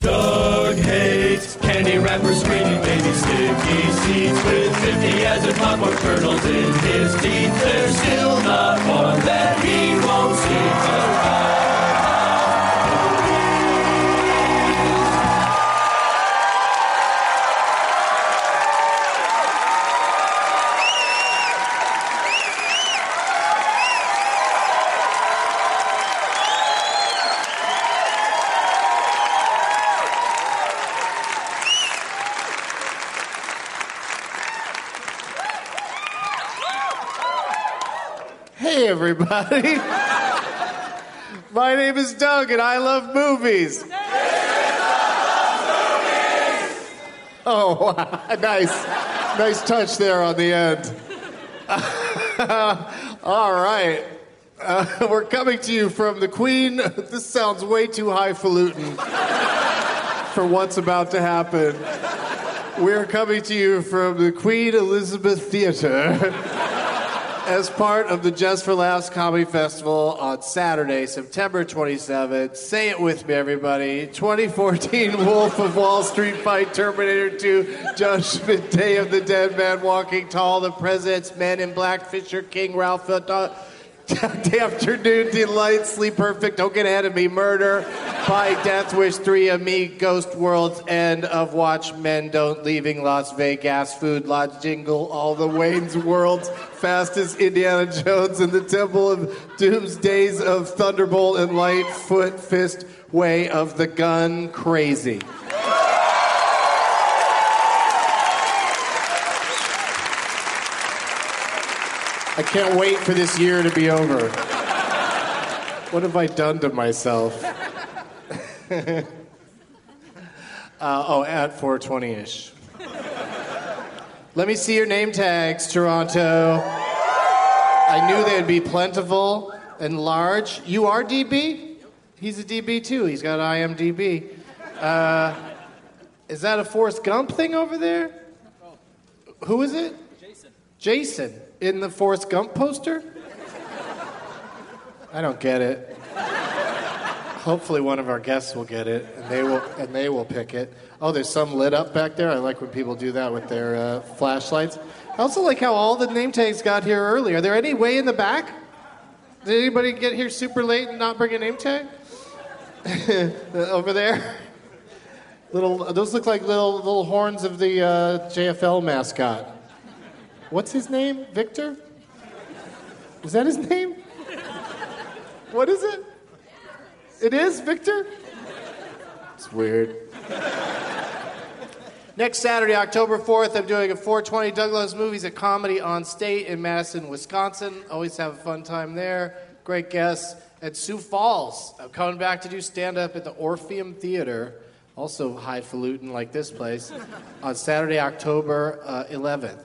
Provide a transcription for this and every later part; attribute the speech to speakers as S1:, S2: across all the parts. S1: Doug hates candy wrappers, screaming baby sticky seeds with 50 as a pop with turtles in his teeth. There's still not one that he won't see.
S2: Hey, everybody. My name is Doug, and I love movies. Oh, wow. nice. Nice touch there on the end. All right. Uh, we're coming to you from the Queen. This sounds way too highfalutin for what's about to happen. We're coming to you from the Queen Elizabeth Theater as part of the Just for Laughs Comedy Festival on Saturday, September 27th. Say it with me, everybody. 2014 Wolf of Wall Street Fight, Terminator 2, Judgment Day of the Dead Man Walking Tall, The President's Men in Black, Fisher King, Ralph Hilton, Afternoon Delight, Sleep Perfect, Don't Get Ahead of Me, Murder, by Death Wish 3 of Me, Ghost World's End of Watchmen, Don't Leaving Las Vegas, Food Lodge Jingle, All the Wayne's Worlds, Fastest Indiana Jones, and the Temple of Doomsdays of Thunderbolt and Light, Foot Fist, Way of the Gun, Crazy. I can't wait for this year to be over. What have I done to myself? uh, oh, at 420 ish. Let me see your name tags, Toronto. I knew they'd be plentiful and large. You are DB? He's a DB too. He's got IMDb. Uh, is that a Forrest Gump thing over there? Who is it? Jason. Jason in the Forrest Gump poster? I don't get it. Hopefully, one of our guests will get it, and they will, and they will pick it. Oh, there's some lit up back there. I like when people do that with their uh, flashlights. I also like how all the name tags got here early. Are there any way in the back? Did anybody get here super late and not bring a name tag? Over there, little. Those look like little little horns of the uh, JFL mascot. What's his name? Victor? Is that his name? What is it? It is Victor? It's weird. Next Saturday, October 4th, I'm doing a 420 Douglas Movies at Comedy on State in Madison, Wisconsin. Always have a fun time there. Great guests. At Sioux Falls, I'm coming back to do stand up at the Orpheum Theater, also highfalutin like this place, on Saturday, October uh, 11th.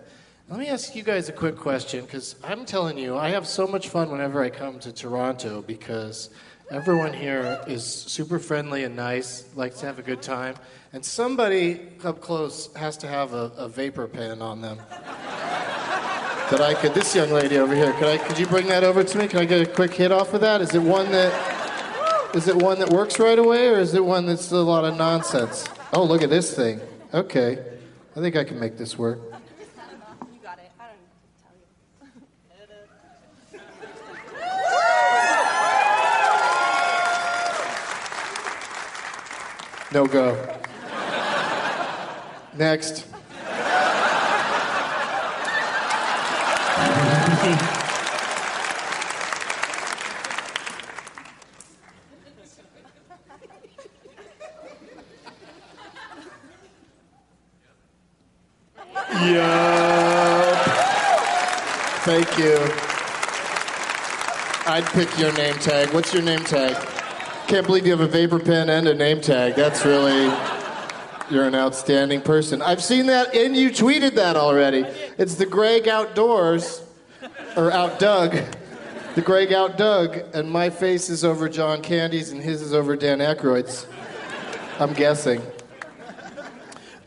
S2: Let me ask you guys a quick question because I'm telling you, I have so much fun whenever I come to Toronto because everyone here is super friendly and nice, likes to have a good time, and somebody up close has to have a, a vapor pen on them. that I could, this young lady over here, could, I, could you bring that over to me? Can I get a quick hit off of that? Is it one that, is it one that works right away or is it one that's a lot of nonsense? Oh, look at this thing. Okay. I think I can make this work.
S3: You got it. I don't need to tell you.
S2: No go. Next. Yup. Thank you. I'd pick your name tag. What's your name tag? Can't believe you have a vapor pen and a name tag. That's really. You're an outstanding person. I've seen that, and you tweeted that already. It's the Greg Outdoors, or Out Doug. The Greg Out Doug, and my face is over John Candy's, and his is over Dan Aykroyd's. I'm guessing.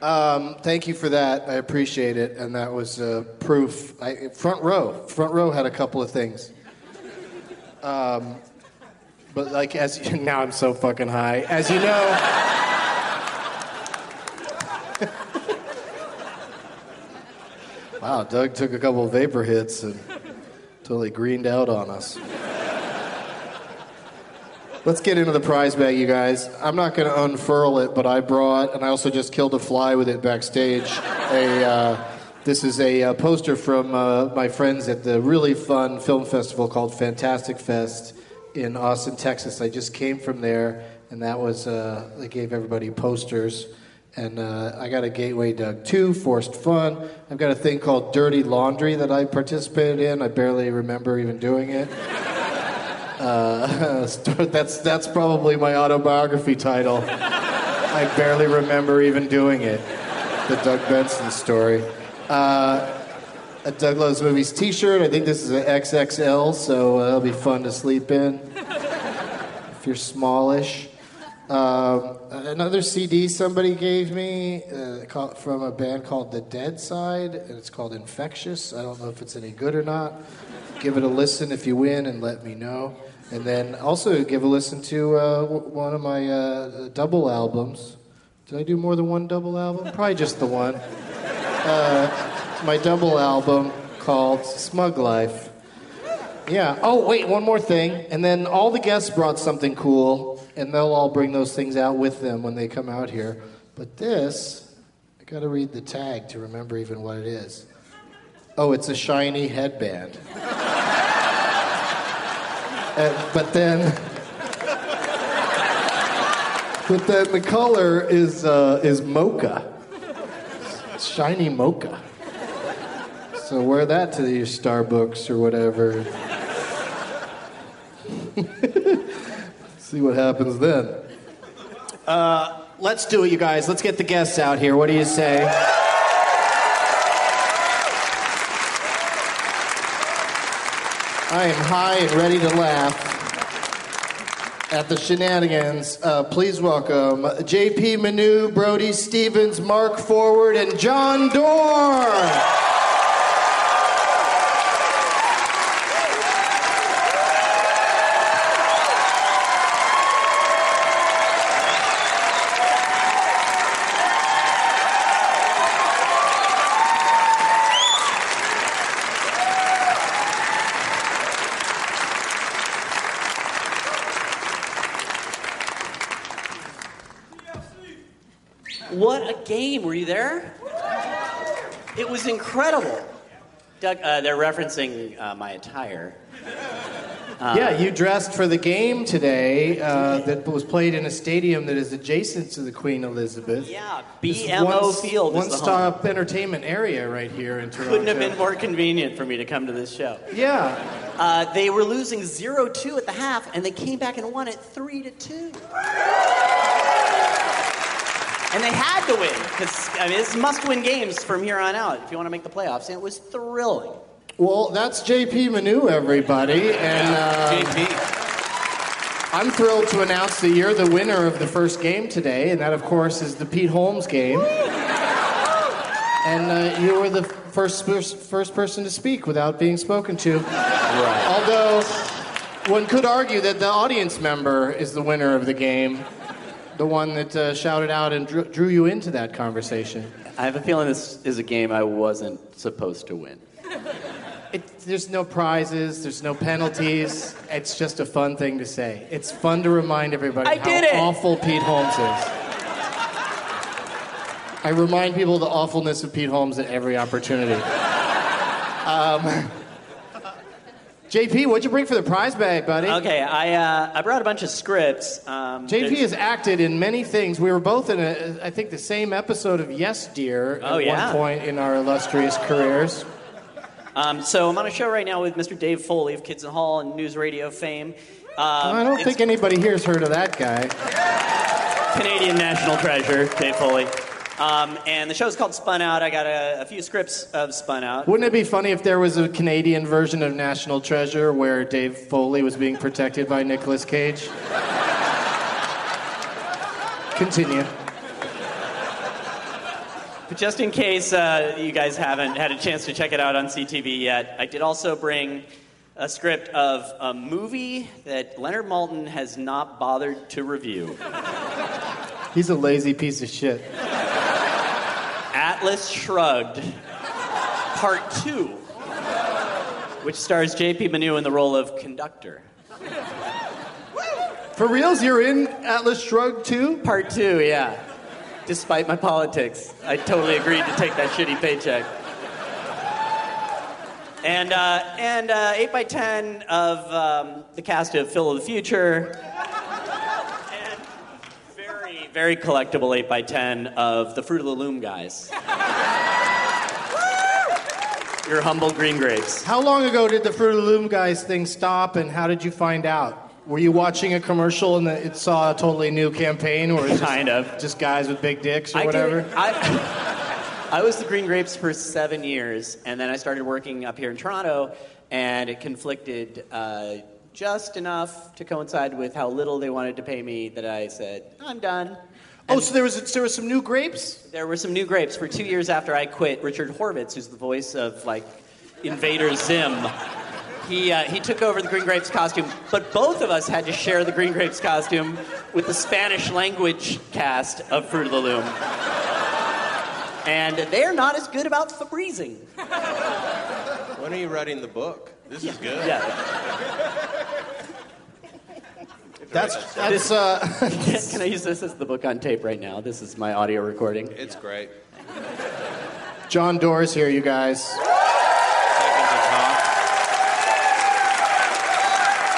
S2: Um, thank you for that. I appreciate it, and that was uh, proof. I, front row, front row had a couple of things. But like as you, now I'm so fucking high. As you know Wow, Doug took a couple vapor hits and totally greened out on us. Let's get into the prize bag, you guys. I'm not going to unfurl it, but I brought, and I also just killed a fly with it backstage. A, uh, this is a uh, poster from uh, my friends at the really fun film festival called Fantastic Fest in Austin, Texas. I just came from there, and that was, uh, they gave everybody posters. And uh, I got a Gateway Doug 2, Forced Fun. I've got a thing called Dirty Laundry that I participated in. I barely remember even doing it. Uh, that's that's probably my autobiography title. I barely remember even doing it. The Doug Benson story. Uh, a Doug Loves Movies T-shirt. I think this is an XXL, so uh, it'll be fun to sleep in if you're smallish. Um, another CD somebody gave me uh, called- from a band called The Dead Side, and it's called Infectious. I don't know if it's any good or not. Give it a listen if you win, and let me know. And then also give a listen to uh, w- one of my uh, double albums. Did I do more than one double album? Probably just the one Uh, my double album called Smug Life. Yeah. Oh, wait, one more thing. And then all the guests brought something cool, and they'll all bring those things out with them when they come out here. But this, I got to read the tag to remember even what it is. Oh, it's a shiny headband. Uh, but then. But then the color is, uh, is mocha. Shiny mocha. So wear that to your Starbucks or whatever. See what happens then. Uh, let's do it, you guys. Let's get the guests out here. What do you say? I am high and ready to laugh. at the shenanigans. Uh, please welcome JP Manu, Brody Stevens, Mark Forward, and John Dorn.
S4: What a game. Were you there? It was incredible. Doug, uh, they're referencing uh, my attire.
S2: Yeah, you dressed for the game today uh, that was played in a stadium that is adjacent to the Queen Elizabeth.
S4: Yeah,
S2: This
S4: BMO
S2: one-
S4: Field is the home.
S2: One-stop entertainment area right here in Toronto.
S4: Couldn't have been more convenient for me to come to this show.
S2: Yeah,
S4: Uh, they were losing 0 2 at the half, and they came back and won it 3 to 2. And they had to win, because I mean, it's must win games from here on out if you want to make the playoffs, and it was thrilling.
S2: well, that's JP Manu, everybody, and uh, I'm thrilled to announce that you're the winner of the first game today, and that, of course, is the Pete Holmes game. And uh, you were the first pers- first person to speak without being spoken to. Although one could argue that the audience member is the winner of the game, the one that uh, shouted out and drew, drew you into that conversation.
S4: I have a feeling this is a game I wasn't supposed to win.
S2: It, there's no prizes, there's no penalties. It's just a fun thing to say. It's fun to remind everybody
S4: I
S2: how
S4: did it!
S2: awful Pete Holmes is. I remind people of the awfulness of Pete Holmes at every opportunity. Um, JP, what'd you bring for the prize bag, buddy?
S4: Okay, I, uh, I brought a bunch of scripts. Um,
S2: JP
S4: there's-
S2: has acted in many things. We were both in, a, I think, the same episode of Yes, Dear
S4: Oh,
S2: at
S4: yeah.
S2: one point in our illustrious careers.
S4: Um, so I'm on a show right now with Mr. Dave Foley of Kids in the Hall and News Radio fame. Um,
S2: I don't
S4: it's
S2: think anybody here's heard of that guy.
S4: Canadian national treasure, Dave Foley. Um, and the show's called Spun Out. I got a, a few scripts of Spun Out.
S2: Wouldn't it be funny if there was a Canadian version of National Treasure where Dave Foley was being protected by Nicolas Cage? Continue.
S4: But just in case uh, you guys haven't had a chance to check it out on CTV yet, I did also bring a script of a movie that Leonard Maltin has not bothered to review
S2: He's a lazy piece of shit.
S4: Atlas Shrugged, Part 2, which stars JP Manu in the role of conductor.
S2: For reals, you're in Atlas Shrugged too?
S4: Part two, yeah. Despite my politics, I totally agreed to take that shitty paycheck. And uh, and uh, eight by ten of um, the cast of Phil of the Future. And very very collectible eight by ten of the Fruit of the Loom guys. Your humble green grapes.
S2: How long ago did the Fruit of the Loom guys thing stop, and how did you find out? Were you watching a commercial and it saw a totally new campaign, or is
S4: Kind of.
S2: just guys with big dicks or
S4: I did-
S2: whatever?
S4: I, I was the Green Grapes for seven years, and then I started working up here in Toronto, and it conflicted uh, just enough to coincide with how little they wanted to pay me that I said, I'm done.
S2: oh, so there was there was some new grapes.
S4: There were some new grapes. For two years after I quit, Richard Horvitz, who's the voice of, like, Invader Zim, he, uh, he took over the Green Grapes costume, but both of us had to share the Green Grapes costume with the Spanish language cast of Fruit of the Loom. And they're not as good about Febrezing.
S5: When are you writing the book? This is good.
S4: Yeah.
S2: That's that's uh,
S4: Can, can I use this as the book on tape right now? This is my audio recording.
S5: It's great.
S2: John Doerr's here, you guys.
S5: Second to top.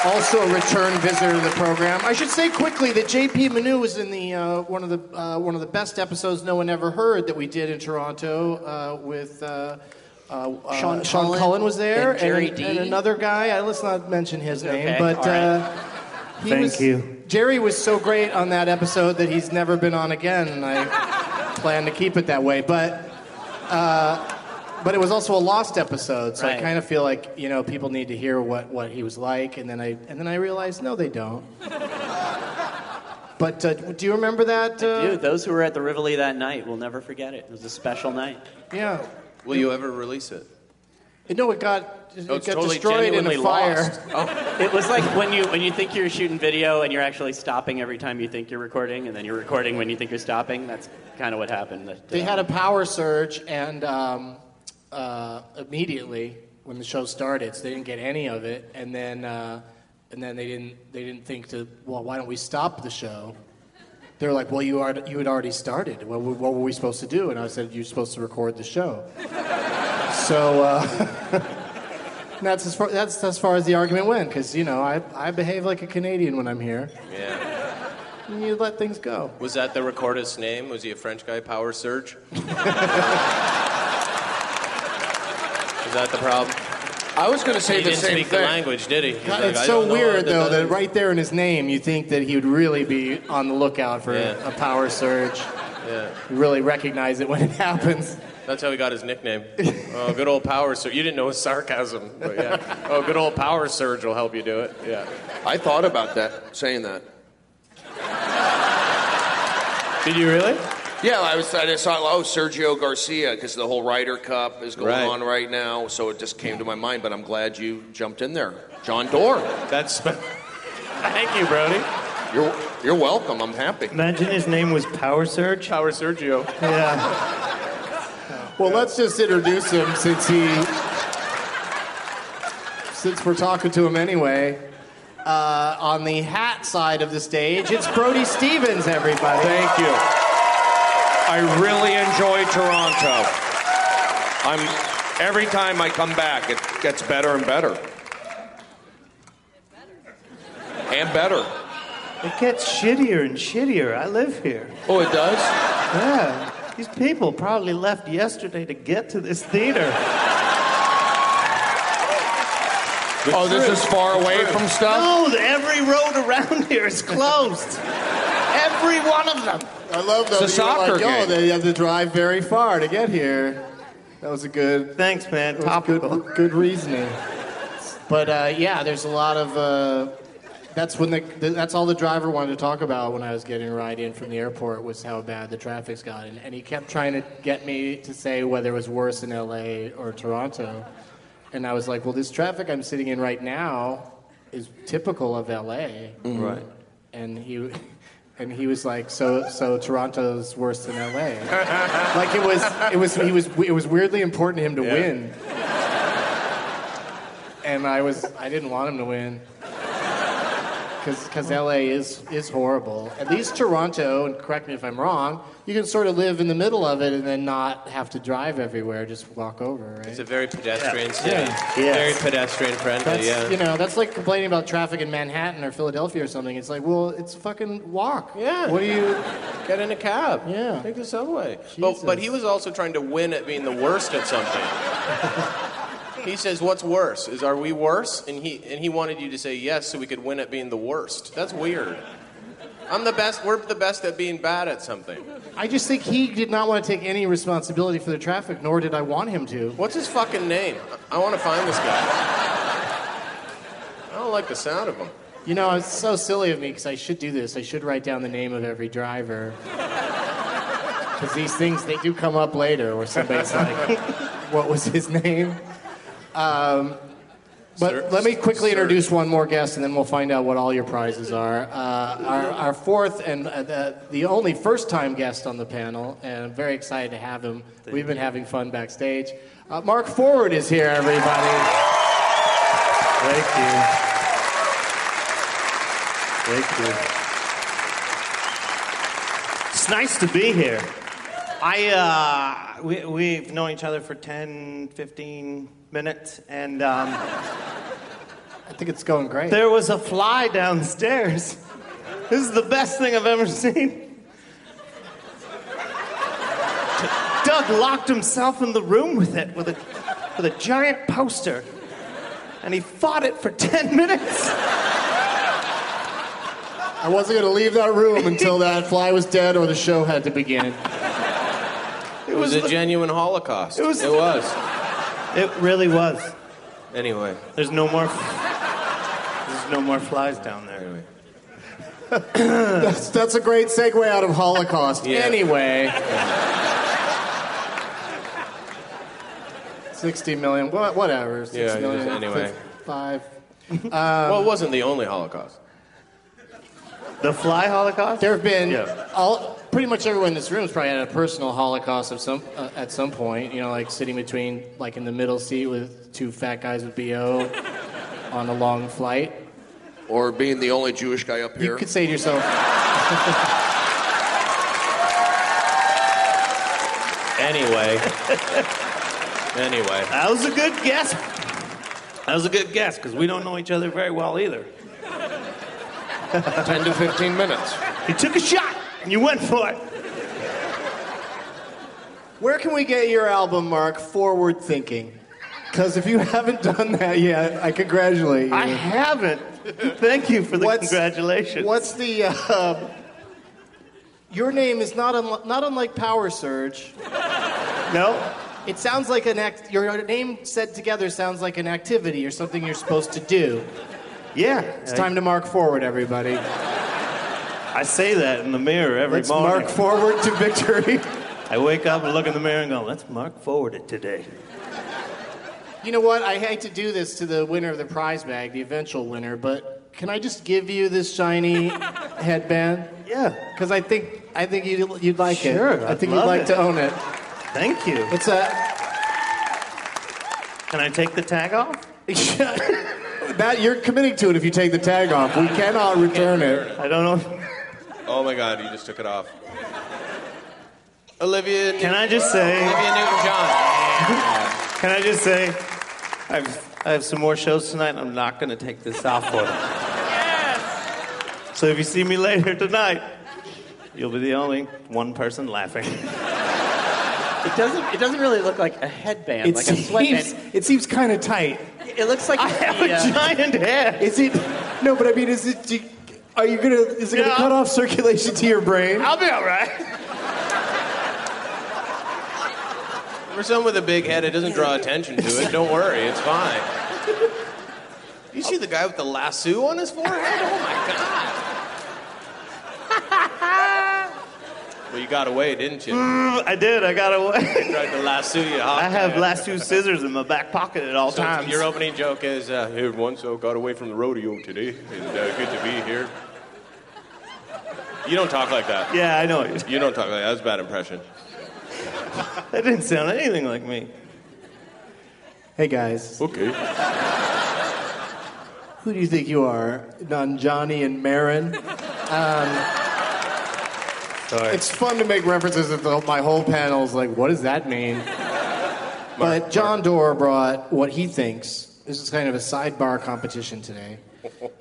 S2: Also, a return visitor to the program. I should say quickly that JP Manu was in the uh, one of the uh, one of the best episodes no one ever heard that we did in Toronto uh, with. Uh, uh, uh,
S4: Sean
S2: Sean
S4: Cullen
S2: Cullen was there,
S4: and Jerry
S2: and,
S4: D.
S2: and another guy. Uh, let's not mention his name,
S4: Okay,
S2: but
S4: all right.
S2: uh, he
S6: Thank
S2: was,
S6: you.
S2: Jerry was so great on that episode that he's never been on again, and I plan to keep it that way. But uh, but it was also a lost episode, so I
S4: Right.
S2: kind of feel like you know people need to hear what, what he was like, and then I and then I realized no, they don't. But uh, do you remember that? Uh,
S4: Dude, those who were at the Rivoli that night will never forget it. It was a special night.
S2: Yeah.
S5: Will you ever release it?
S2: No, it got it
S5: Oh,
S2: got
S5: it's totally
S2: destroyed in a
S4: genuinely
S2: fire.
S4: lost. Oh. It was like when you when you think you're shooting video and you're actually stopping every time you think you're recording, and then you're recording when you think you're stopping. That's kind of what happened. That,
S2: They
S4: uh,
S2: had a power surge, and um, uh, immediately when the show started, so they didn't get any of it, and then uh, and then they didn't they didn't think to well why don't we stop the show? They were like, well you are you had already started. Well, what what were we supposed to do? And I said you're supposed to record the show. so. Uh, and That's as far. That's as far as the argument went, because you know I, I behave like a Canadian when I'm here.
S5: Yeah.
S2: And you let things go.
S5: Was that the recordist's name? Was he a French guy, Power Surge? Is that the problem?
S2: I was going to
S5: he didn't speak the language, did he? He's
S2: God,
S5: like,
S2: it's
S5: "I
S2: so
S5: don't know
S2: weird
S5: what
S2: though
S5: that
S2: that right there in his name, you think that he would really be on the lookout for
S5: Yeah.
S2: a power surge.
S5: Yeah.
S2: You really recognize it when it happens.
S5: That's how he got his nickname. Oh, good old power surge. You didn't know his sarcasm, but yeah. Oh, good old power surge will help you do it. Yeah.
S1: I thought about that, saying that.
S5: Did you really?
S1: Yeah, I was. I just thought, oh, Sergio Garcia, because the whole Ryder Cup is going
S5: Right.
S1: on right now, so it just came to my mind. But I'm glad you jumped in there, John Doerr.
S5: That's. Thank you, Brody.
S1: You're you're welcome. I'm happy.
S7: Imagine his name was Power Surge.
S5: Power Sergio.
S7: Yeah.
S2: Well, let's just introduce him since he, since we're talking to him anyway. Uh, on the hat side of the stage, it's Brody Stevens, everybody.
S7: Thank you.
S1: I really enjoy Toronto. I'm every time I come back, it gets better and better. And better.
S7: It gets shittier and shittier. I live here.
S1: Oh, it does.
S7: Yeah. These people probably left yesterday to get to this theater.
S1: oh, this is far away from stuff.
S7: No, every road around here is closed. every one of them.
S2: I love those.
S1: It's a soccer game.
S2: they have to drive very far to get here. That was a good.
S7: Thanks, man.
S2: It was
S7: Topical.
S2: Good, good reasoning. But uh, yeah, there's a lot of. Uh, that's when the, the that's all the driver wanted to talk about when I was getting a ride in from the airport was how bad the traffic's gotten, and he kept trying to get me to say whether it was worse in L.A. or Toronto, and I was like, well, this traffic I'm sitting in right now is typical of L.A.
S5: Right.
S2: And he. And he was like, "So, so Toronto's worse than LA." like it was, it was, he was, it was weirdly important to him to
S5: Yeah.
S2: win and I was I didn't want him to win because LA is is horrible. At least Toronto, and correct me if I'm wrong, you can sort of live in the middle of it and then not have to drive everywhere. Just walk over, right?
S5: It's a very pedestrian city.
S2: Yeah.
S5: Very pedestrian friendly.
S2: that's
S5: yeah.
S2: you know that's like complaining about traffic in Manhattan or Philadelphia or something. It's like, well, it's fucking walk.
S5: Yeah.
S2: What do you?
S5: Get in a cab.
S2: Yeah.
S5: Take the subway.
S2: Jesus.
S5: But, but he was also trying to win at being the worst at something. he says, "What's worse? Is are we worse?" And he and he wanted you to say yes so we could win at being the worst. That's weird. I'm the best. We're the best at being bad at something.
S2: I just think he did not want to take any responsibility for the traffic, nor did I want him to.
S5: What's his fucking name? I, want to find this guy. I don't like the sound of him.
S2: You know, it's so silly of me because I should do this. I should write down the name of every driver. Because these things, they do come up later where somebody's like, what was his name? Um, but
S5: Sir-
S2: let me quickly
S5: Sir.
S2: introduce one more guest and then we'll find out what all your prizes are. Uh, our, our fourth and uh, the, the only first time guest on the panel, and I'm very excited to have him. We've been having fun backstage. Uh, Mark Forward is here, everybody.
S7: Thank you. Thank you. It's nice to be here. I, uh, we, we've known each other for 10, 15 minutes, and um,
S2: I think it's going great.
S7: There was a fly downstairs. This is the best thing I've ever seen. Doug locked himself in the room with it, with a, with a giant poster, and he fought it for 10 minutes.
S2: I wasn't going to leave that room until that fly was dead or the show had to begin.
S5: It was, a
S7: the-
S5: genuine Holocaust.
S7: It was-
S5: It was.
S7: It really was.
S5: Anyway.
S7: There's no more. There's no more flies down there.
S5: Anyway.
S2: that's, that's a great segue out of Holocaust.
S5: Yeah.
S2: Anyway. 60 million, wha- whatever. Six
S5: Yeah,
S2: million,
S5: just anyway.
S2: Five.
S5: well, it wasn't the only Holocaust.
S2: The fly Holocaust? There have been all pretty much everyone in this room has probably had a personal Holocaust of some uh, at some point. You know, like sitting between like in the middle seat with two fat guys with bo on a long flight.
S8: Or being the only Jewish guy up here.
S2: You could say to yourself,
S5: Anyway. anyway.
S4: That was a good guess. That was a good guess because we don't know each other very well either.
S8: 10 to 15 minutes.
S4: You took a shot and you went for it.
S2: "Where can we get your album, Mark? Forward Thinking." Because if you haven't done that yet, I congratulate you.
S4: I haven't. Thank you for the congratulations.
S2: What's the? Uh, your name is not unli- not unlike Power Surge.
S4: No.
S2: It sounds like an act. Your name said together sounds like an activity or something you're supposed to do.
S4: Yeah.
S2: It's time to mark forward, everybody.
S4: I say that in the mirror every
S2: Let's
S4: morning.
S2: mark forward to victory.
S4: I wake up and look in the mirror and go, let's mark forward it today.
S2: You know what? I hate to do this to the winner of the prize bag, the eventual winner, but can I just give you this shiny headband?
S4: Yeah.
S2: Because I think I think you'd, you'd like it.
S4: Sure,
S2: I
S4: I'd
S2: think you'd
S4: love
S2: like
S4: it.
S2: to own it.
S4: Thank you.
S2: It's a
S4: Can I take the tag off?
S2: that you're committing to it if you take the tag off. We cannot return it.
S4: I don't know.
S8: Oh my God, you just took it off.
S5: Olivia.
S4: Can I just say-
S5: Olivia Newton-John.
S4: Can I just say, I've, I have some more shows tonight. and I'm not going to take this off for them. Yes. So if you see me later tonight, you'll be the only one person laughing.
S9: It doesn't. It doesn't really look like a headband, like a
S2: seems,
S9: sweatband.
S2: it seems kind of tight.
S9: It looks like
S4: I have a giant head.
S2: Is it? No, but I mean, is it? do- Are you gonna? Is it gonna
S4: Yeah.
S2: cut off circulation to your brain?
S4: I'll be all right.
S5: For someone with a big head, it doesn't draw attention to it. Don't worry, it's fine. You see the guy with the lasso on his forehead? Oh my god! well, you got away, didn't you?
S4: I did. I got away.
S5: Tried to lasso you. huh?
S4: I have last two scissors in my back pocket at all
S5: So
S4: times.
S5: Your opening joke is, uh, "Here once I got away from the rodeo today, and uh, good to be here." You don't talk like that.
S4: Yeah, I know. it.
S5: You don't talk like that. That's a bad impression.
S4: That didn't sound anything like me.
S2: Hey guys,
S5: Okay.
S2: who do you think you are, Nanjani and Marin? Um,
S4: Sorry.
S2: It's fun to make references if the, my whole panel's like, what does that mean? But John Doerr brought what he thinks. This is kind of a sidebar competition today.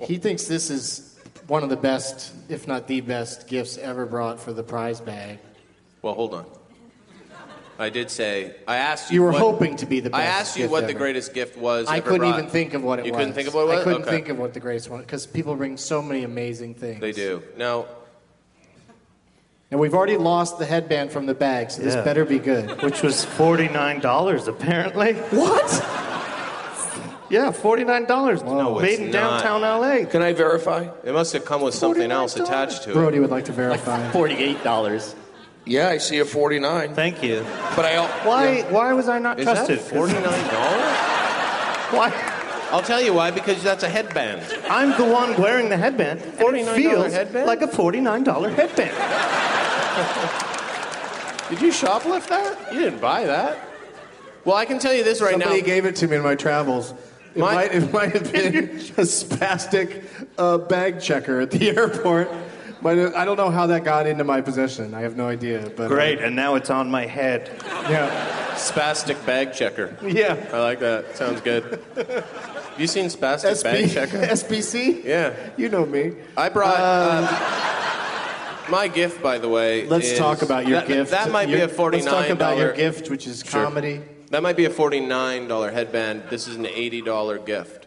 S2: He thinks this is one of the best, if not the best, gifts ever brought for the prize bag.
S5: Well, hold on. I did say I asked you.
S2: You were
S5: what-
S2: hoping to be the best.
S5: I asked you
S2: gift
S5: what the
S2: ever.
S5: greatest gift was.
S2: I
S5: ever
S2: couldn't
S5: brought.
S2: even think of what it
S5: you
S2: was.
S5: couldn't think of what it was.
S2: I couldn't
S5: Okay.
S2: think of what the greatest one because people bring so many amazing things.
S5: They do. No,
S2: And we've already lost the headband from the bag, so this
S4: Yeah.
S2: better be good.
S4: Which was $49 apparently.
S2: What?
S4: Yeah, $49.
S5: No,
S4: Made
S5: it's
S4: in
S5: not.
S4: downtown LA.
S8: Can I verify?
S5: it must have come with something else attached to it.
S2: Brody would like to verify.
S9: forty-eight dollars.
S8: Yeah, I see a 49.
S4: Thank you.
S8: But I. al-
S4: Why why was I not
S5: Is
S4: trusted?
S5: that forty-nine dollars?
S4: Why?
S5: I'll tell you why. Because that's a headband.
S4: I'm the one wearing the headband. and it
S5: $49
S4: feels
S5: headband?
S4: like a $49 headband.
S5: Did you shoplift that? You didn't buy that. Well, I can tell you this right
S2: Somebody
S5: now.
S2: gave it to me in my travels. It,
S5: My-
S2: might, it might have been a spastic uh, bag checker at the airport. Might have- I don't know how that got into my possession. I have no idea. But uh,
S4: Great, and now it's on my head.
S2: yeah.
S5: Spastic bag checker.
S4: Yeah.
S5: I like that. Sounds good. Have you seen spastic
S2: SB,
S5: bag checker?
S2: SBC?
S5: Yeah.
S2: You know me.
S5: I brought uh, my gift, by the way.
S2: Let's
S5: is-
S2: talk about your
S5: that,
S2: gift.
S5: That might be
S2: Your-
S5: a forty-nine.
S2: Let's talk about your gift, which is
S5: Sure.
S2: comedy.
S5: That might be a forty-nine dollar headband. This is an eighty-dollar gift.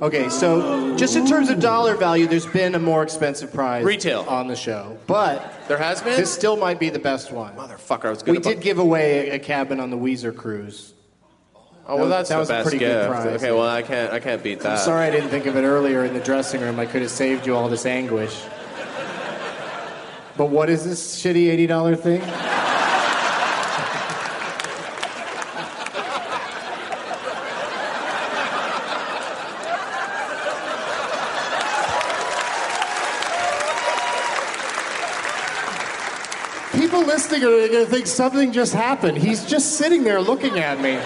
S2: Okay, so just in terms of dollar value, there's been a more expensive prize
S5: Retail.
S2: on the show, but
S5: There has been.
S2: this still might be the best one.
S5: motherfucker. I was
S2: We
S5: going
S2: did give away a, a cabin on the Weezer cruise.
S5: Oh well,
S2: That-
S5: that's
S2: that
S5: the
S2: was a
S5: best
S2: pretty good
S5: gift.
S2: prize,
S5: okay,
S2: yeah.
S5: well I can't I can't beat that.
S2: I'm sorry I didn't think of it earlier in the dressing room. I could have saved you all this anguish. But what is this shitty $80 thing? People listening are going to think something just happened. He's just sitting there looking at me.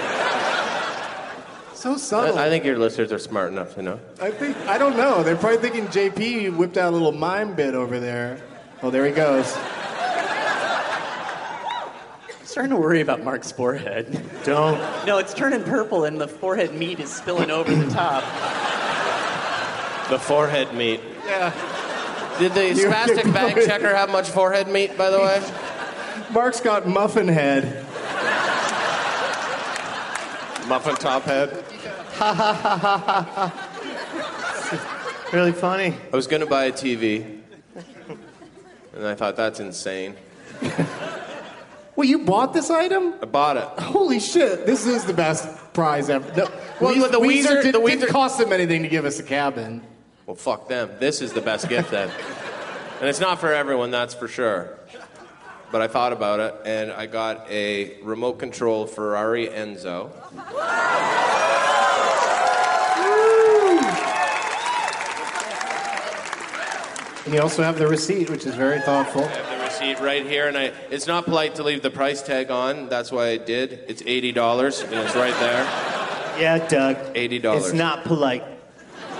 S2: So subtle.
S5: I, I think your listeners are smart enough to know.
S2: I think I don't know. They're probably thinking JP whipped out a little mime bit over there. Oh, there he goes.
S10: I'm starting to worry about Mark's forehead.
S4: Don't.
S10: No, it's turning purple and the forehead meat is spilling over the top.
S5: The forehead meat.
S2: Yeah.
S5: Did the
S2: You-
S5: spastic bag checker have much forehead meat, by the way?
S2: Mark's got muffin head.
S11: Muffin top head.
S4: Ha ha ha ha ha ha. Really funny.
S5: I was going to buy a TV, and I thought that's insane.
S2: Well, you bought this item?
S5: I bought it.
S2: Holy shit! This is the best prize ever. No,
S5: Well,
S2: Weez-
S5: the Weezer-
S2: did,
S5: the
S2: didn't
S5: Weezer-
S2: cost them anything to give us a cabin.
S5: Well, fuck them. This is the best gift then. And it's not for everyone, that's for sure. But I thought about it, and I got a remote control Ferrari Enzo.
S2: And you also have the receipt, which is very thoughtful.
S5: I have the receipt right here, and I, it's not polite to leave the price tag on. That's why I did. It's eighty dollars, and it's right there.
S4: Yeah, Doug.
S5: Eighty dollars.
S4: It's not polite.
S5: So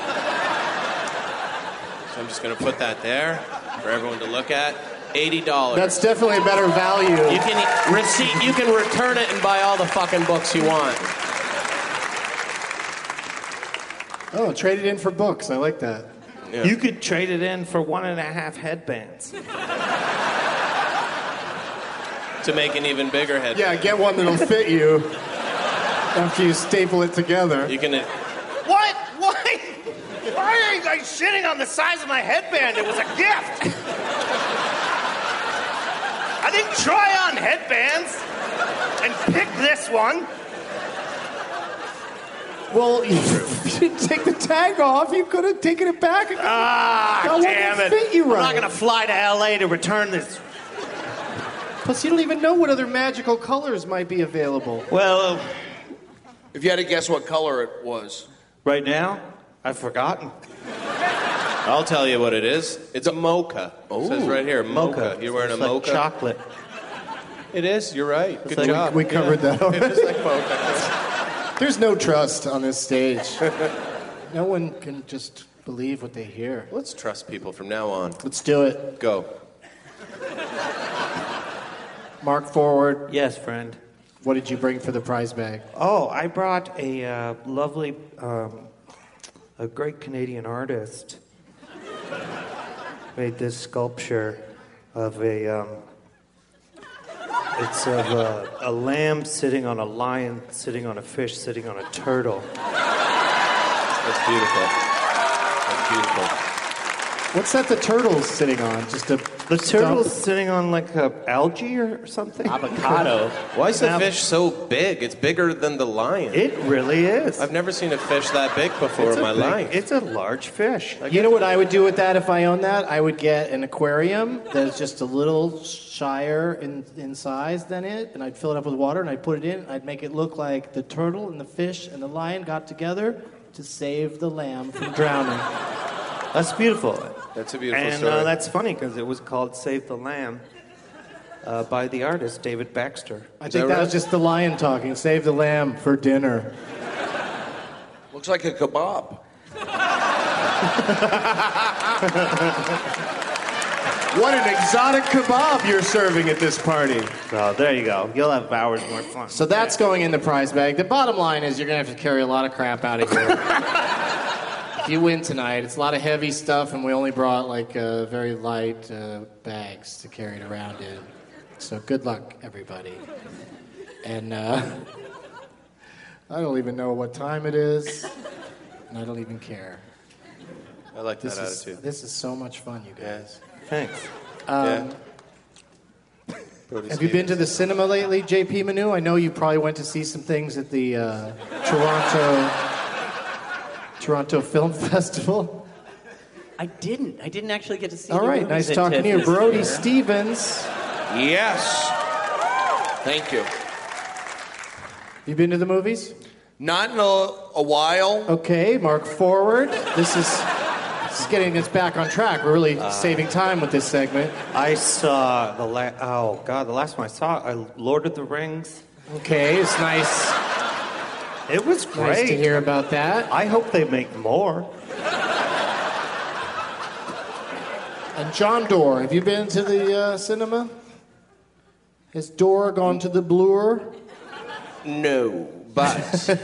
S5: I'm just gonna put that there for everyone to look at. Eighty dollars.
S2: That's definitely a better value.
S5: You can e, receipt. You can return it and buy all the fucking books you want.
S2: Oh, trade it in for books. I like that.
S4: You could trade it in for one and a half headbands.
S5: To make an even bigger head.
S2: Yeah, get one that'll fit you after you staple it together.
S5: You can.
S4: What? Why? Why are you guys shitting on the size of my headband? It was a gift. I didn't try on headbands and pick this one.
S2: Well, you didn't take the tag off. You could have taken it back.
S4: Ah,
S2: That wouldn't
S4: damn it.
S2: fit you
S4: I'm
S2: right.
S4: not going to fly to LA to return this.
S2: Plus, you don't even know what other magical colors might be available.
S4: Well,
S1: If you had to guess what color it was,
S4: right now, I've forgotten.
S5: I'll tell you what it is. It's a mocha. It says right here, mocha. You're wearing
S4: It's
S5: a
S4: like
S5: mocha.
S4: chocolate.
S5: It is. You're right. Good
S4: like-
S5: job.
S2: We covered that
S5: It
S2: already.
S5: is like mocha.
S2: There's no trust on this stage. no one can just believe what they hear.
S5: Let's trust people from now on.
S2: Let's do it.
S5: Go.
S2: Mark forward.
S4: Yes, friend.
S2: What did you bring for the prize bag?
S4: Oh, I brought a uh, lovely, um, a great Canadian artist. Made this sculpture of a. Um, it's of a, a lamb sitting on a lion, sitting on a fish, sitting on a turtle.
S5: That's beautiful. That's beautiful.
S2: What's that the turtle's sitting on? Just a
S4: The turtle's sitting on like a algae or something.
S10: Avocado.
S5: Why is the
S4: Now-
S5: fish so big? It's bigger than the lion.
S4: It really is.
S5: I've never seen a fish that big before
S4: It's
S5: in
S4: a
S5: my
S4: big-
S5: life.
S4: It's a large fish.
S2: You know what I would do with that if I owned that? I would get an aquarium that is just a little shyer in, in size than it, and I'd fill it up with water and I'd put it in. I'd make it look like the turtle and the fish and the lion got together to save the lamb from drowning.
S4: That's beautiful.
S5: That's a beautiful
S4: and,
S5: story.
S4: uh, that's funny because it was called Save the Lamb uh, by the artist David Baxter.
S2: I think that was just the lion talking. Save the lamb for dinner.
S1: looks like a kebab.
S2: What an exotic kebab you're serving at this party.
S4: So there you go. You'll have hours more fun.
S2: So that's going in the prize bag. The bottom line is you're going to have to carry a lot of crap out of here. if you win tonight, it's a lot of heavy stuff, and we only brought like uh, very light uh, bags to carry it around in. So good luck, everybody. And uh, I don't even know what time it is, and I don't even care.
S5: I like that
S2: This is,
S5: attitude.
S12: Um,
S2: this is so much fun, you guys.
S4: Thanks.
S5: yeah.
S2: Have you been to the cinema lately, JP Manu? I know you probably went to see some things at the uh, Toronto Toronto Film Festival.
S4: I didn't. I didn't actually get to see.
S2: All
S4: the
S2: right,
S4: movies
S2: nice
S4: at
S2: talking to you,
S4: TIFF this
S2: Brody
S4: year.
S2: Stevens.
S1: Yes. Thank you.
S2: You been to the movies?
S1: Not in a, a while.
S2: Okay, mark forward. This is this is getting us back on track. We're really
S12: Uh.
S2: saving time with this segment.
S12: I saw the la- oh god, the last one I saw, I Lord of the Rings.
S2: Okay, it's nice.
S12: It was great.
S2: Nice to hear about that.
S12: I hope they make more.
S2: And John Doerr, have you been to the uh, cinema? Has Doerr gone to the Bluer?
S5: No, but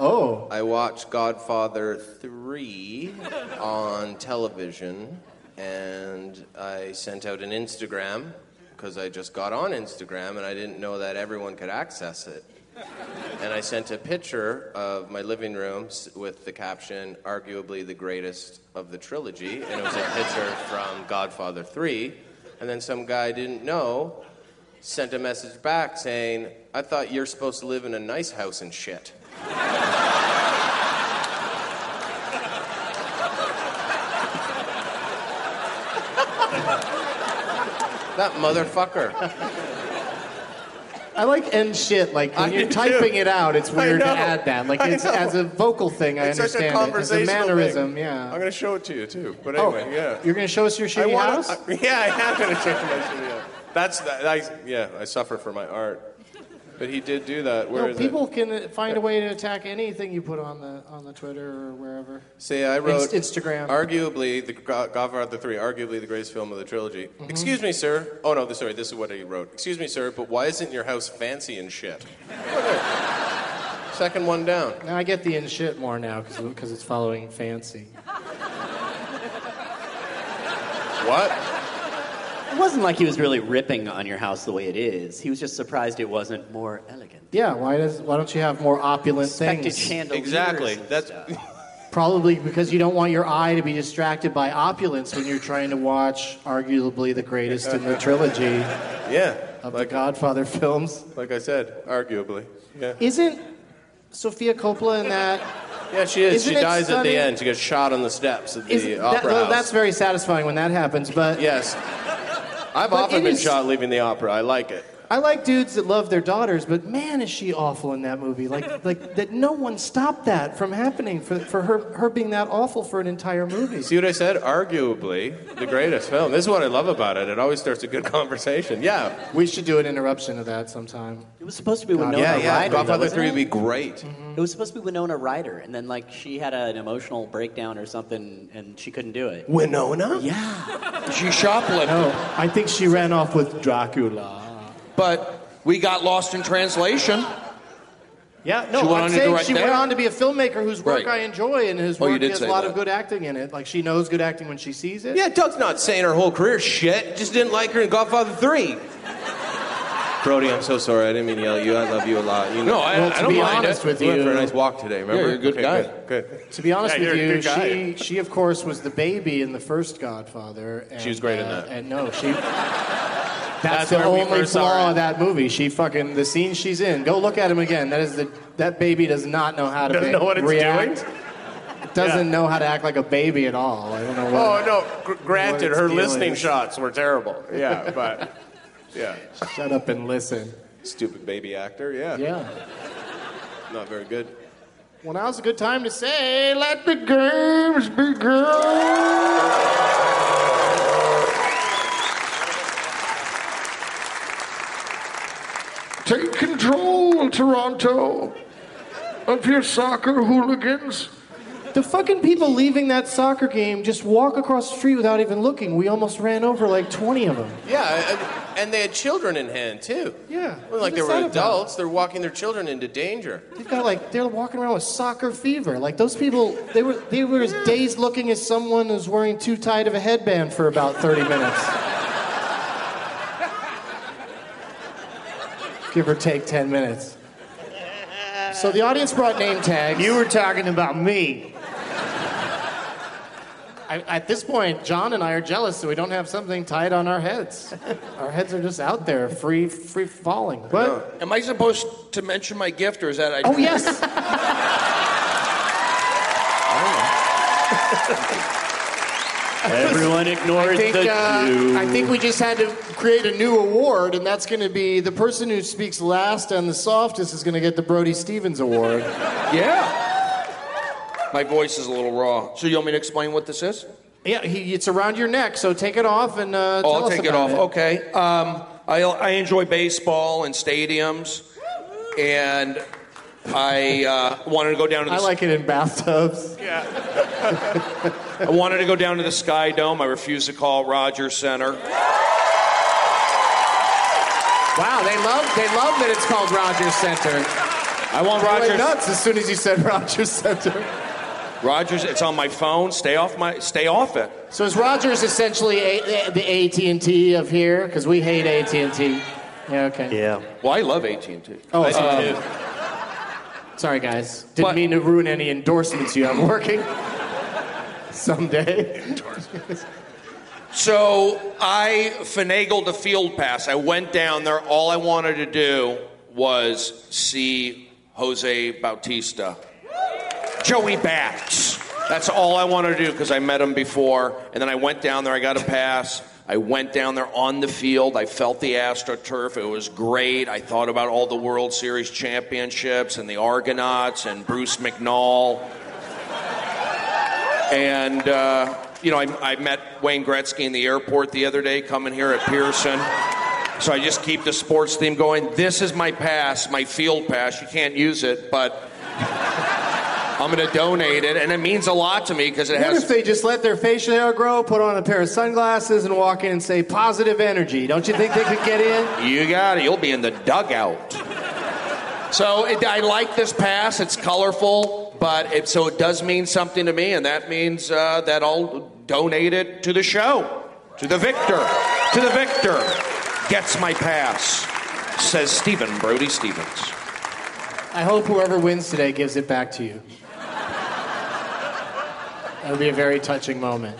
S2: oh,
S5: I watched Godfather three on television, and I sent out an Instagram because I just got on Instagram and I didn't know that everyone could access it. And I sent a picture of my living room s- with the caption "Arguably the greatest of the trilogy," and it was a picture from Godfather three. And then some guy I didn't know sent a message back saying, I thought you're supposed to live in a nice house and shit. that motherfucker.
S2: I like end shit. Like when
S5: I
S2: you're
S5: do
S2: typing
S5: too.
S2: it out, it's
S5: I
S2: weird to
S5: know.
S2: add that. Like
S5: I
S2: it's
S5: know.
S2: as a vocal thing. I
S5: it's such
S2: understand it.
S5: a
S2: As
S5: conversational
S2: a mannerism.
S5: thing.
S2: Yeah.
S5: I'm going to show it to you too. But
S2: Oh,
S5: anyway, yeah.
S2: You're gonna show us your
S5: I
S2: shitty
S5: wanna-
S2: house?
S5: I- yeah, I am going to show you my shitty house. That's that. I, yeah, I suffer for my art. But he did do that. Where
S2: no,
S5: is it?
S2: people can uh, find a way to attack anything you put on the on the Twitter or wherever.
S5: Say I wrote
S2: Inst- Instagram.
S5: Arguably, the Go- Godfather Three, arguably the greatest film of the trilogy.
S2: Mm-hmm.
S5: Excuse me, sir. Oh no, this- sorry. This is what he wrote. Excuse me, sir, but why isn't your house fancy and shit? Second one down.
S2: Now I get the end shit more now because it's following fancy.
S5: What?
S4: It wasn't like he was really ripping on your house the way it is. He was just surprised it wasn't more elegant.
S2: Yeah, why does why don't you have more opulent
S4: Expected
S2: things?
S4: chandeliers.
S13: Exactly. That's
S2: Probably because you don't want your eye to be distracted by opulence when you're trying to watch arguably the greatest in the trilogy
S5: Yeah,
S2: of the Godfather films.
S5: like I said, arguably. Yeah.
S2: Isn't Sophia Coppola in that?
S5: Yeah, she is.
S2: Isn't
S5: she
S2: it
S5: dies at
S2: stunning?
S5: the end. She gets shot on the steps of the
S2: Isn't that-
S5: opera
S2: well,
S5: house.
S2: that's very satisfying when that happens. But
S5: yes, I've
S2: But
S5: often
S2: it
S5: been
S2: is-
S5: shot leaving the opera. I like it.
S2: I like dudes that love their daughters, but man, is she awful in that movie. Like, like that no one stopped that from happening for, for her, her being that awful for an entire movie.
S5: See what I said? Arguably the greatest film. This is what I love about it. It always starts a good conversation. Yeah.
S2: We should do an interruption of that sometime.
S4: It was supposed to be Winona
S5: yeah, yeah.
S4: Ryder.
S5: Godfather
S4: though, wasn't
S5: 3 would
S4: it?
S5: be great.
S4: It was supposed to be Winona Ryder, and then like she had an emotional breakdown or something, and she couldn't do it.
S5: Winona?
S4: Yeah.
S1: She shoplifted.
S2: No, I think she ran off with Dracula.
S1: But we got lost in translation.
S2: Yeah, no,
S1: She went on
S2: I'm
S1: to
S2: saying
S1: direct
S2: she went
S1: that?
S2: on to be a filmmaker whose work
S1: Right.
S2: I enjoy and whose
S1: Oh, you
S2: work
S1: did
S2: has a
S1: say
S2: lot
S1: that.
S2: of good acting in it. Like she knows good acting when she sees it.
S5: Yeah, Doug's not saying her whole career shit. Just didn't like her in Godfather 3. Brody, I'm so sorry. I didn't mean to yell at you. I love you a lot. You know,
S1: No, I- Well, to I don't
S2: be mind honest it. with
S5: We went
S2: you-
S5: for a nice walk today, remember?
S1: Yeah, you're a good
S5: Okay,
S1: guy.
S5: Good. good.
S2: To be honest
S5: Yeah,
S2: with
S5: you're a
S2: you,
S5: good guy.
S2: she she of course was the baby in the first Godfather. And,
S5: She was great in
S2: uh,
S5: that.
S2: And no, she. That's,
S5: That's
S2: the
S5: where we
S2: only
S5: first saw her.
S2: flaw of that movie. She fucking the scene she's in. Go look at him again. That is the that baby does not know how to
S5: Doesn't
S2: ba-
S5: know what it's
S2: react.
S5: doing?
S2: Doesn't
S5: Yeah.
S2: know how to act like a baby at all. I don't know. What,
S5: Oh, no. Gr- granted,
S2: What
S5: her
S2: it's
S5: listening
S2: dealing.
S5: shots were terrible. Yeah, but. Yeah.
S2: Shut up and listen.
S5: Stupid baby actor, yeah.
S2: Yeah.
S5: Not very good.
S2: Well, now's a good time to say, let the games begin.
S14: Take control, Toronto, of your soccer hooligans.
S2: The fucking people leaving that soccer game just walk across the street without even looking. We almost ran over like 20 of them.
S5: Yeah, and- and they had children in hand, too.
S2: Yeah.
S5: It wasn't like they
S2: What's
S5: were
S2: that about?
S5: adults, they're walking their children into danger.
S2: They've got like they're walking around with soccer fever. Like those people, they were they were as dazed looking as someone who's wearing too tight of a headband for about 30 minutes. Give or take 10 minutes. So the audience brought name tags.
S12: You were talking about me.
S2: I, at this point, John and I are jealous, so we don't have something tied on our heads. Our heads are just out there, free, free falling. What?
S5: Am I supposed to mention my gift, or is that I?
S2: Oh yes.
S15: Everyone
S2: I
S15: ignores
S2: think,
S15: the
S2: uh,
S15: Jew.
S2: I think we just had to create a new award, and that's going to be the person who speaks last and the softest is going to get the Brody Stevens Award.
S5: Yeah. My voice is a little raw. So you want me to explain what this is?
S2: Yeah, he, it's around your neck, so take it off and uh,
S5: oh,
S2: tell
S5: I'll
S2: us
S5: take it
S2: about
S5: off. Okay. Um, I, I enjoy baseball and stadiums, and I uh, wanted to go down to the
S2: I like it in bathtubs.
S16: I
S5: wanted to go down to the Sky Dome. I refused to call Rogers
S2: Wow,
S5: Center.
S2: they love they love that it's called Rogers Center.
S16: I want
S2: They
S16: Rogers.
S2: went nuts as soon as you said Rogers Center.
S16: Rogers, it's on my phone. Stay off my. Stay off it.
S2: So is Rogers essentially a, a- the AT and T of here? Because we hate AT and T. Yeah. Okay.
S17: Yeah.
S5: Well, I love AT and T.
S2: Oh,
S5: I do
S2: um,
S5: too.
S2: Sorry, guys. Didn't mean to ruin any endorsements you have working. Someday.
S5: So I finagled a field pass. I went down there. All I wanted to do was see Jose Bautista, Joey Bats. That's all I wanted to do because I met him before. And then I went down there. I got a pass. I went down there on the field. I felt the AstroTurf. It was great. I thought about all the World Series championships and the Argonauts and Bruce McNall. And, uh, you know, I, I met Wayne Gretzky in the airport the other day coming here at Pearson. So I just keep the sports theme going. This is my pass, my field pass. You can't use it, but I'm going to donate it. And it means a lot to me because it
S2: What
S5: has.
S2: if they just let their facial hair grow, put on a pair of sunglasses, and walk in and say positive energy? Don't you think they could get in?
S5: You got it. You'll be in the dugout. So it, I like this pass. It's colorful, but it, so it does mean something to me, and that means uh, that I'll donate it to the show, to the victor, to the victor. Gets my pass, says Stephen Brody Stevens.
S2: I hope whoever wins today gives it back to you. That'll be a very touching moment.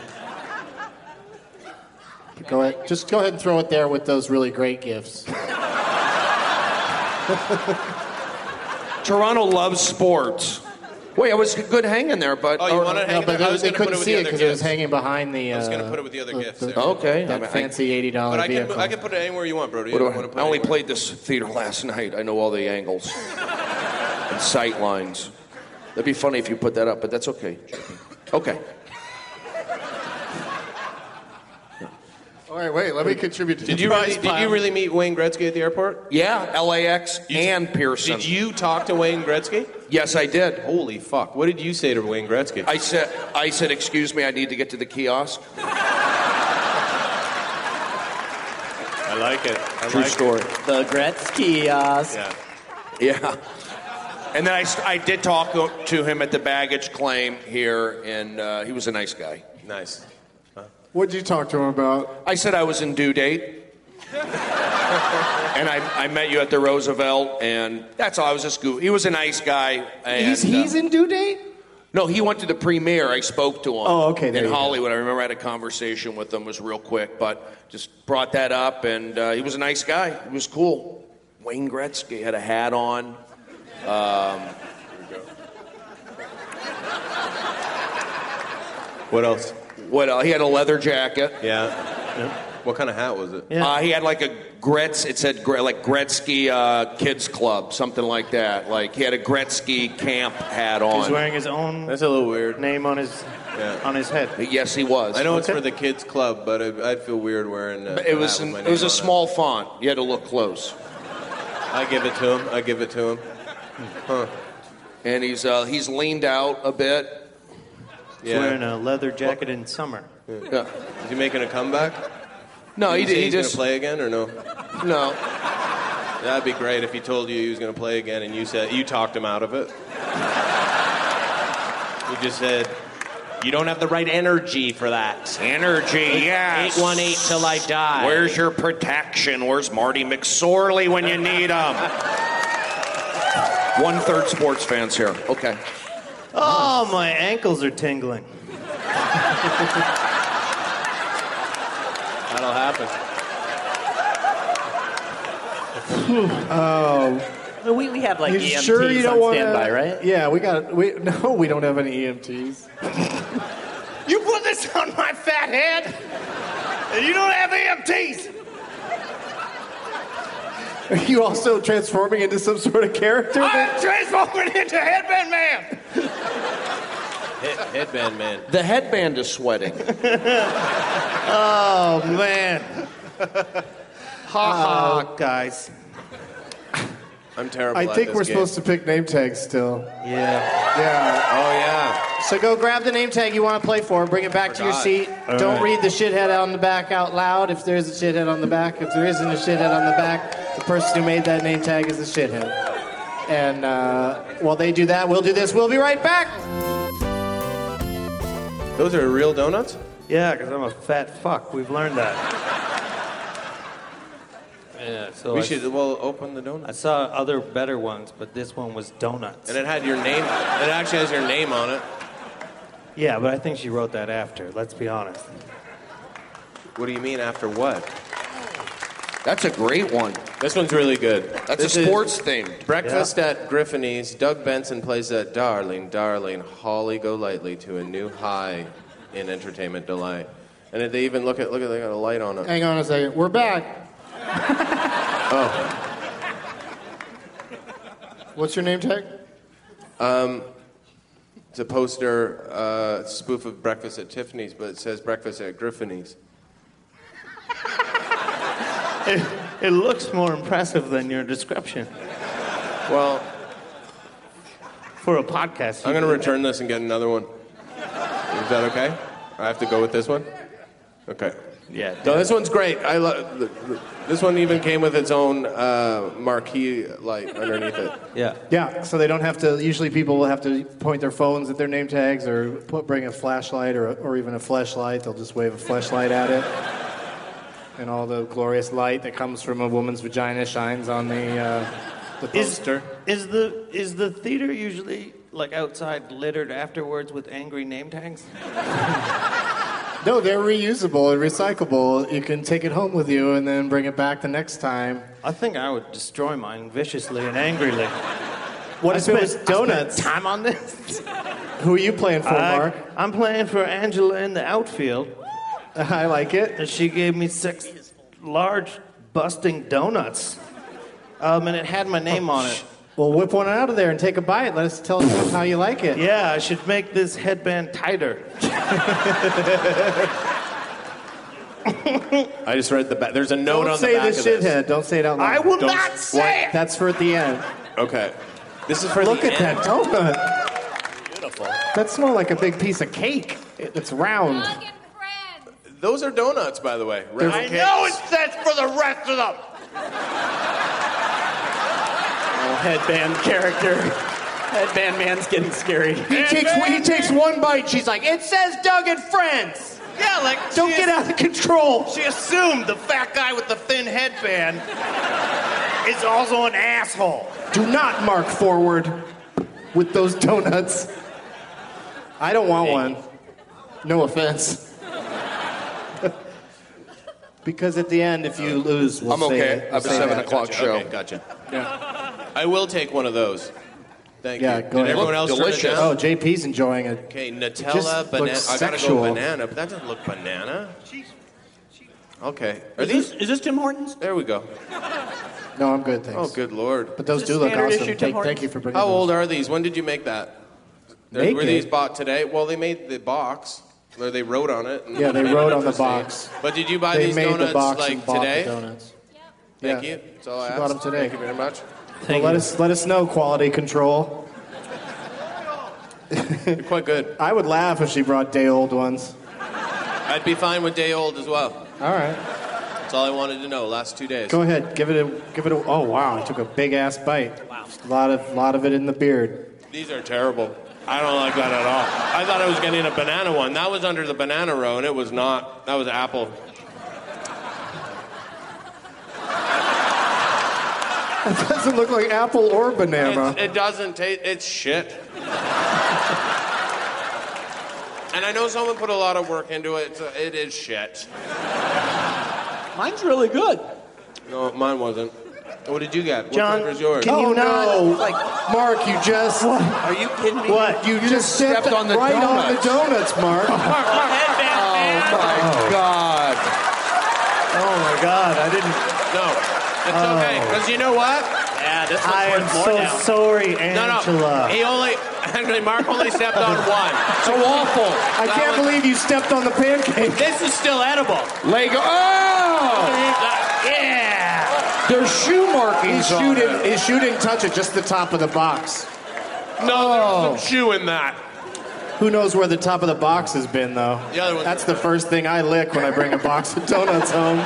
S2: Go ahead. Just go ahead and throw it there with those really great gifts.
S5: Toronto loves sports. Wait, I was good hanging there, but
S1: Oh, you wanna hang
S2: No, but
S1: there? I was
S2: they
S1: gonna
S2: couldn't
S1: put it with
S2: see
S1: the
S2: it
S1: other
S2: because it was
S1: gifts.
S2: hanging behind the.
S1: I was gonna
S2: uh,
S1: put it with the other gifts, yeah.
S5: Okay,
S2: That
S5: I mean, I-
S2: fancy eighty dollar
S1: But I can,
S2: vehicle.
S1: I can put it anywhere you want, Brody.
S5: What do
S1: I, don't wanna
S5: I,
S1: put
S5: I
S1: it
S5: only
S1: anywhere.
S5: played this theater last night. I know all the angles and sight lines. That'd be funny if you put that up, but that's okay. Okay.
S18: All right, wait. Let me contribute. To
S1: Did
S18: the
S1: you
S18: prize
S1: really, did
S18: pile.
S1: you really meet Wayne Gretzky at the airport?
S5: Yeah, LAX and Pearson.
S1: Did you talk to Wayne Gretzky?
S5: Yes, I did.
S1: Holy fuck! What did you say to Wayne Gretzky?
S5: I said, I said, excuse me, I need to get to the kiosk.
S1: I like it. I
S5: True
S1: like
S5: story.
S4: The Gretzky. Uh,
S1: Yeah.
S5: Yeah. And then I, st- I did talk o- to him at the baggage claim here, and uh, he was a nice guy.
S1: Nice.
S18: What'd you talk to him about?
S5: I said I was in due date. and I, I met you at the Roosevelt, and that's all. I was just goofy. He was a nice guy. And,
S2: he's he's
S5: uh,
S2: in due date.
S5: no, he went to the premiere. I spoke to him.
S2: Oh, okay, there
S5: in
S2: you go.
S5: Hollywood, I remember I had a conversation with him. It was real quick, but just brought that up, and uh, he was a nice guy. He was cool. Wayne Gretzky had a hat on. Um,
S1: What else?
S5: What else? He had a leather jacket.
S1: Yeah. What kind of hat was it?
S5: Uh, he had like a Gretz. It said Gre- like Gretzky uh, Kids Club, something like that. Like he had a Gretzky camp hat on.
S17: He's wearing his own.
S1: That's a little weird.
S17: Name on his on his head.
S5: Yes, he was.
S1: I know it's for the kids' club, but I, I'd feel weird wearing. Uh,
S5: But it was
S1: a hat
S5: an,
S1: with my
S5: it was
S1: name
S5: a
S1: on
S5: small font. You had to look close.
S1: I give it to him. I give it to him. Huh.
S5: And he's uh, he's leaned out a bit.
S17: He's wearing a leather jacket in summer.
S5: Yeah.
S1: Is he making a comeback?
S5: No,
S1: Did
S5: he,
S1: say
S5: he
S1: he's
S5: just
S1: gonna play again or no?
S5: no.
S1: That'd be great if he told you he was gonna play again and you said you talked him out of it. you just said you don't have the right energy for that.
S5: Energy, yes.
S1: 818 till I die.
S5: Where's your protection? Where's Marty McSorley when you need him? One third sports fans here. Okay.
S17: Oh, my ankles are tingling.
S1: That'll happen.
S2: oh.
S4: We, we have like
S2: you
S17: E
S4: EMTs
S2: sure you don't
S4: on
S2: wanna-
S4: standby, right?
S2: Yeah, we got. We no, we don't have any E EMTs.
S19: You put this on my fat head, and you don't have EMTs.
S2: Are you also transforming into some sort of character?
S19: I'm transforming into Headband Man.
S1: headband man.
S20: The headband is sweating.
S5: oh man. Ha
S20: Uh,
S5: ha, guys.
S1: I'm terrible.
S2: I think we're supposed to pick name tags still.
S5: Yeah.
S2: Yeah.
S1: Oh yeah.
S21: So go grab the name tag you want to play for, bring it back to your
S1: Forgot.
S21: seat.
S1: All
S21: Don't
S1: right.
S21: read the shithead on the back out loud if there is a shithead on the back. If there isn't a shithead on the back, the person who made that name tag is a shithead. And uh, while they do that, we'll do this. We'll be right back.
S1: Those are real donuts?
S5: Yeah, because I'm a fat fuck. We've learned that. Yeah, so
S1: we
S5: I-
S1: should well open the donut.
S5: I saw other better ones, but this one was donuts.
S1: And it had your name. It actually has your name on it.
S5: Yeah, but I think she wrote that after. Let's be honest.
S1: What do you mean after what?
S20: That's a great one.
S1: This one's really good.
S20: That's a sports themed.
S1: Breakfast at Griffini's. Doug Benson plays that darling, darling Holly Golightly to a new high in entertainment delight. And they even look at look at they got a light on it.
S21: Hang on a second. We're back.
S1: Oh,
S21: What's your name tag?
S1: um, it's a poster uh, spoof of Breakfast at Tiffany's, but it says Breakfast at Griffini's.
S5: It, it looks more impressive than your description.
S1: Well,
S5: for a podcast,
S1: I'm going to return this and get another one. Is that okay? I have to go with this one. Okay.
S5: Yeah.
S1: No, this one's great. I love this one. Even came with its own uh, marquee light underneath it.
S5: Yeah.
S2: Yeah. So they don't have to. Usually, people will have to point their phones at their name tags or put, bring a flashlight or, or even a flashlight. They'll just wave a flashlight at it, and all the glorious light that comes from a woman's vagina shines on the uh, the poster.
S5: Is the is the theater usually like outside littered afterwards with angry name tags?
S2: No, they're reusable and recyclable. You can take it home with you and then bring it back the next time.
S5: I think I would destroy mine viciously and angrily.
S2: What
S5: I
S2: if it
S5: spent-
S2: was
S5: I spent
S2: donuts?
S5: time on this.
S2: Who are you playing for,
S5: I-
S2: Mark?
S5: I'm playing for Angela in the outfield.
S2: I like it.
S5: And she gave me six large busting donuts. Um, and it had my name
S2: Oh,
S5: on it.
S2: Well, whip one out of there and take a bite. Let us tell us how you like it.
S5: Yeah, I should make this headband tighter.
S1: I just read the back. There's a note
S2: Don't
S1: on
S2: say
S1: the back
S2: the
S1: of this.
S2: shithead. Don't say it out loud.
S1: I will
S2: Don't-
S1: not say
S2: Why-
S1: it!
S2: That's for at the end.
S1: Okay. This is for
S2: Look
S1: the
S2: at
S1: end.
S2: that donut.
S1: Beautiful.
S2: That's more like a big piece of cake. It's round.
S1: Those are donuts, by the way.
S2: They're-
S1: Round
S2: I
S1: cakes.
S19: No, it's that's for the rest of them.
S5: Oh,
S4: headband character. Headband man's getting scary.
S21: He takes, he takes one bite. She's like, it says Doug and Friends.
S19: Yeah, like
S21: Don't get out of control.
S19: She assumed the fat guy with the thin headband is also an asshole.
S2: Do not mark forward with those donuts. I don't want one. No offense. because at the end, if you lose, we'll
S1: I'm
S2: say
S1: okay. I
S2: it. We'll
S1: have a
S2: say
S1: seven
S2: that.
S1: o'clock show. Okay, gotcha. I will take one of those. Thank
S2: Yeah,
S1: you.
S2: go
S1: Did
S2: ahead.
S1: everyone else turn it down?
S2: Oh, JP's enjoying it.
S1: Okay,
S2: Just
S1: Nutella, banana.
S2: looks
S1: I gotta
S2: sexual.
S1: go banana, but that doesn't look banana. Okay. Are
S4: Is
S1: these?
S4: this, is this Tim Hortons?
S1: There we go.
S2: No, I'm good, thanks.
S1: Oh, good lord.
S2: But those
S4: Is
S2: do
S4: this
S2: look
S4: standard
S2: awesome.
S4: issue
S2: Thank,
S4: Tim
S2: thank you
S4: Hortons?
S2: for bringing
S1: How
S2: those.
S1: old are these? When did you make that? They're-
S2: Make
S1: were these
S2: it.
S1: bought today? Well, they made the box, or they wrote on it. and-
S2: Yeah, they wrote on the box.
S1: But did you buy
S2: They
S1: these
S2: made the
S1: donuts
S2: box and
S1: like
S2: bought the
S1: today?
S2: donuts.
S1: Thank
S2: Yeah.
S1: you. That's all I
S2: She
S1: asked.
S2: bought them today.
S1: Thank you very much.
S2: Well, let us let us know quality control.
S1: You're quite good.
S2: I would laugh if she brought day old ones.
S1: I'd be fine with day old as well.
S2: All right,
S1: That's all I wanted to know. Last two days.
S2: go ahead. Give it a give it a. Oh wow, I took a big ass bite. Wow, a lot of lot of it in the beard.
S1: These are terrible. I don't like that at all. I thought I was getting a banana one. That was under the banana row, and it was not. That was apple.
S2: It doesn't look like apple or banana.
S1: It's, it doesn't taste. It's shit. And I know someone put a lot of work into it. So it is shit.
S4: Mine's really good.
S1: No, mine wasn't. What did you get?
S2: John,
S1: what flavor's yours?
S2: can you Oh, not- no.
S1: Like,
S2: Mark, you just.
S1: are you kidding me?
S2: What?
S1: You just stepped on the
S2: right on the
S1: donuts.
S2: donuts, Mark.
S1: Oh my god.
S2: Oh my god, I didn't.
S1: No, it's
S2: Oh.
S1: okay. Because you know what? Yeah, this
S2: I am so sorry,
S1: No, no.
S2: Angela.
S1: He only, actually, Mark only stepped on one. So awful.
S2: I
S1: That
S2: can't
S1: was-
S2: believe you stepped on the pancake.
S1: This is still edible.
S22: Lego. Oh!
S1: Yeah.
S2: There's shoe markings. His shoe,
S1: on
S2: didn't,
S1: it.
S2: his shoe didn't touch it, just the top of the box.
S1: No,
S2: Oh.
S1: there's some shoe in that.
S2: Who knows where the top of the box has been, though?
S1: The other one's-
S2: That's the first thing I lick when I bring a box of donuts home.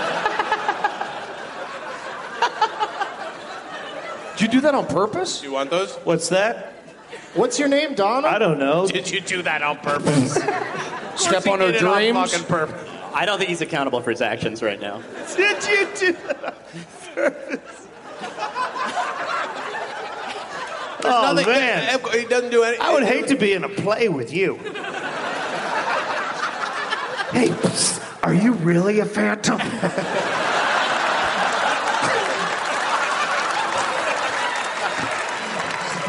S22: Did you do that on purpose?
S1: You want those?
S5: What's that?
S2: What's your name, Donald?
S5: I don't know.
S1: Did you do that on purpose?
S4: Step on
S1: her dreams?
S4: purpose. I don't think he's accountable for his actions right now.
S5: Did you do
S1: There's
S5: Oh,
S1: nothing-
S5: man.
S1: He doesn't do anything.
S5: I would hate to be in a play with you. hey, psst, are you really a phantom?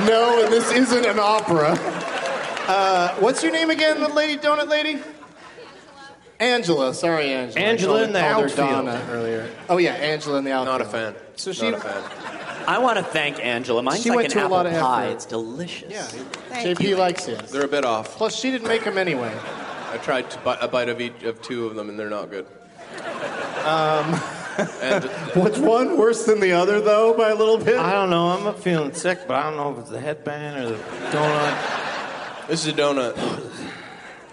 S2: No, and this isn't an opera. Uh, what's your name again, the lady donut lady? Angela. Sorry, Angela.
S5: Angela in the
S2: I called her
S5: outfield.
S2: Donna earlier. Oh yeah, Angela in the outfield.
S1: Not a fan.
S2: So she
S1: Not a fan.
S4: I want to thank Angela. Mine's
S2: She
S4: like
S2: went
S4: an
S2: to a
S4: apple
S2: lot of
S4: pie.
S2: effort.
S4: It's delicious.
S2: Yeah.
S4: Thank
S2: JP likes it.
S1: They're a bit off.
S2: Plus, she didn't make them anyway.
S1: I tried to bite, a bite of each of two of them, and they're not good.
S2: Um,
S1: And
S2: was one worse than the other though by a little bit?
S5: I don't know. I'm not feeling sick, but I don't know if it's the headband or the donut.
S1: this is a donut.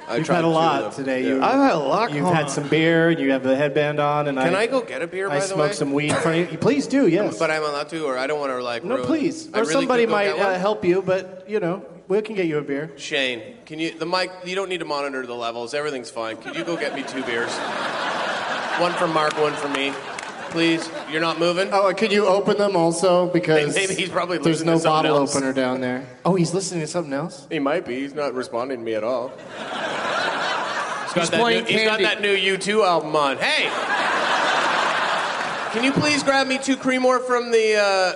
S1: I
S2: You've
S1: tried
S2: had a
S1: two
S2: lot
S1: of them.
S2: today.
S1: Yeah.
S2: You,
S5: I've had a lot
S2: You've
S5: going
S2: had
S5: on.
S2: some beer and you have the headband on. And
S1: Can I go get a beer,
S2: I
S1: by the
S2: smoked
S1: way?
S2: some weed in front of you. Please do, yes.
S1: But I'm allowed to, or I don't want to like.
S2: no,
S1: ruin-
S2: please.
S1: I
S2: Or
S1: really
S2: somebody
S1: could go
S2: might
S1: get one.
S2: uh, help you, but you know, we can get you a beer.
S1: Shane, can you the mic? You don't need to monitor the levels. Everything's fine. Could you go get me two beers? one for Mark, one for me, please. You're not moving.
S2: Oh, and can you open them also? Because
S1: Maybe he's probably
S2: there's
S1: listening
S2: no
S1: to something
S2: bottle
S1: else.
S2: opener down there. Oh, he's listening to something else.
S1: He might be. He's not responding to me at all. He's got,
S2: He's
S1: that,
S2: playing
S1: new, he's got
S2: candy.
S1: that new U2 album on. Hey, can you please grab me two Creemore from the uh,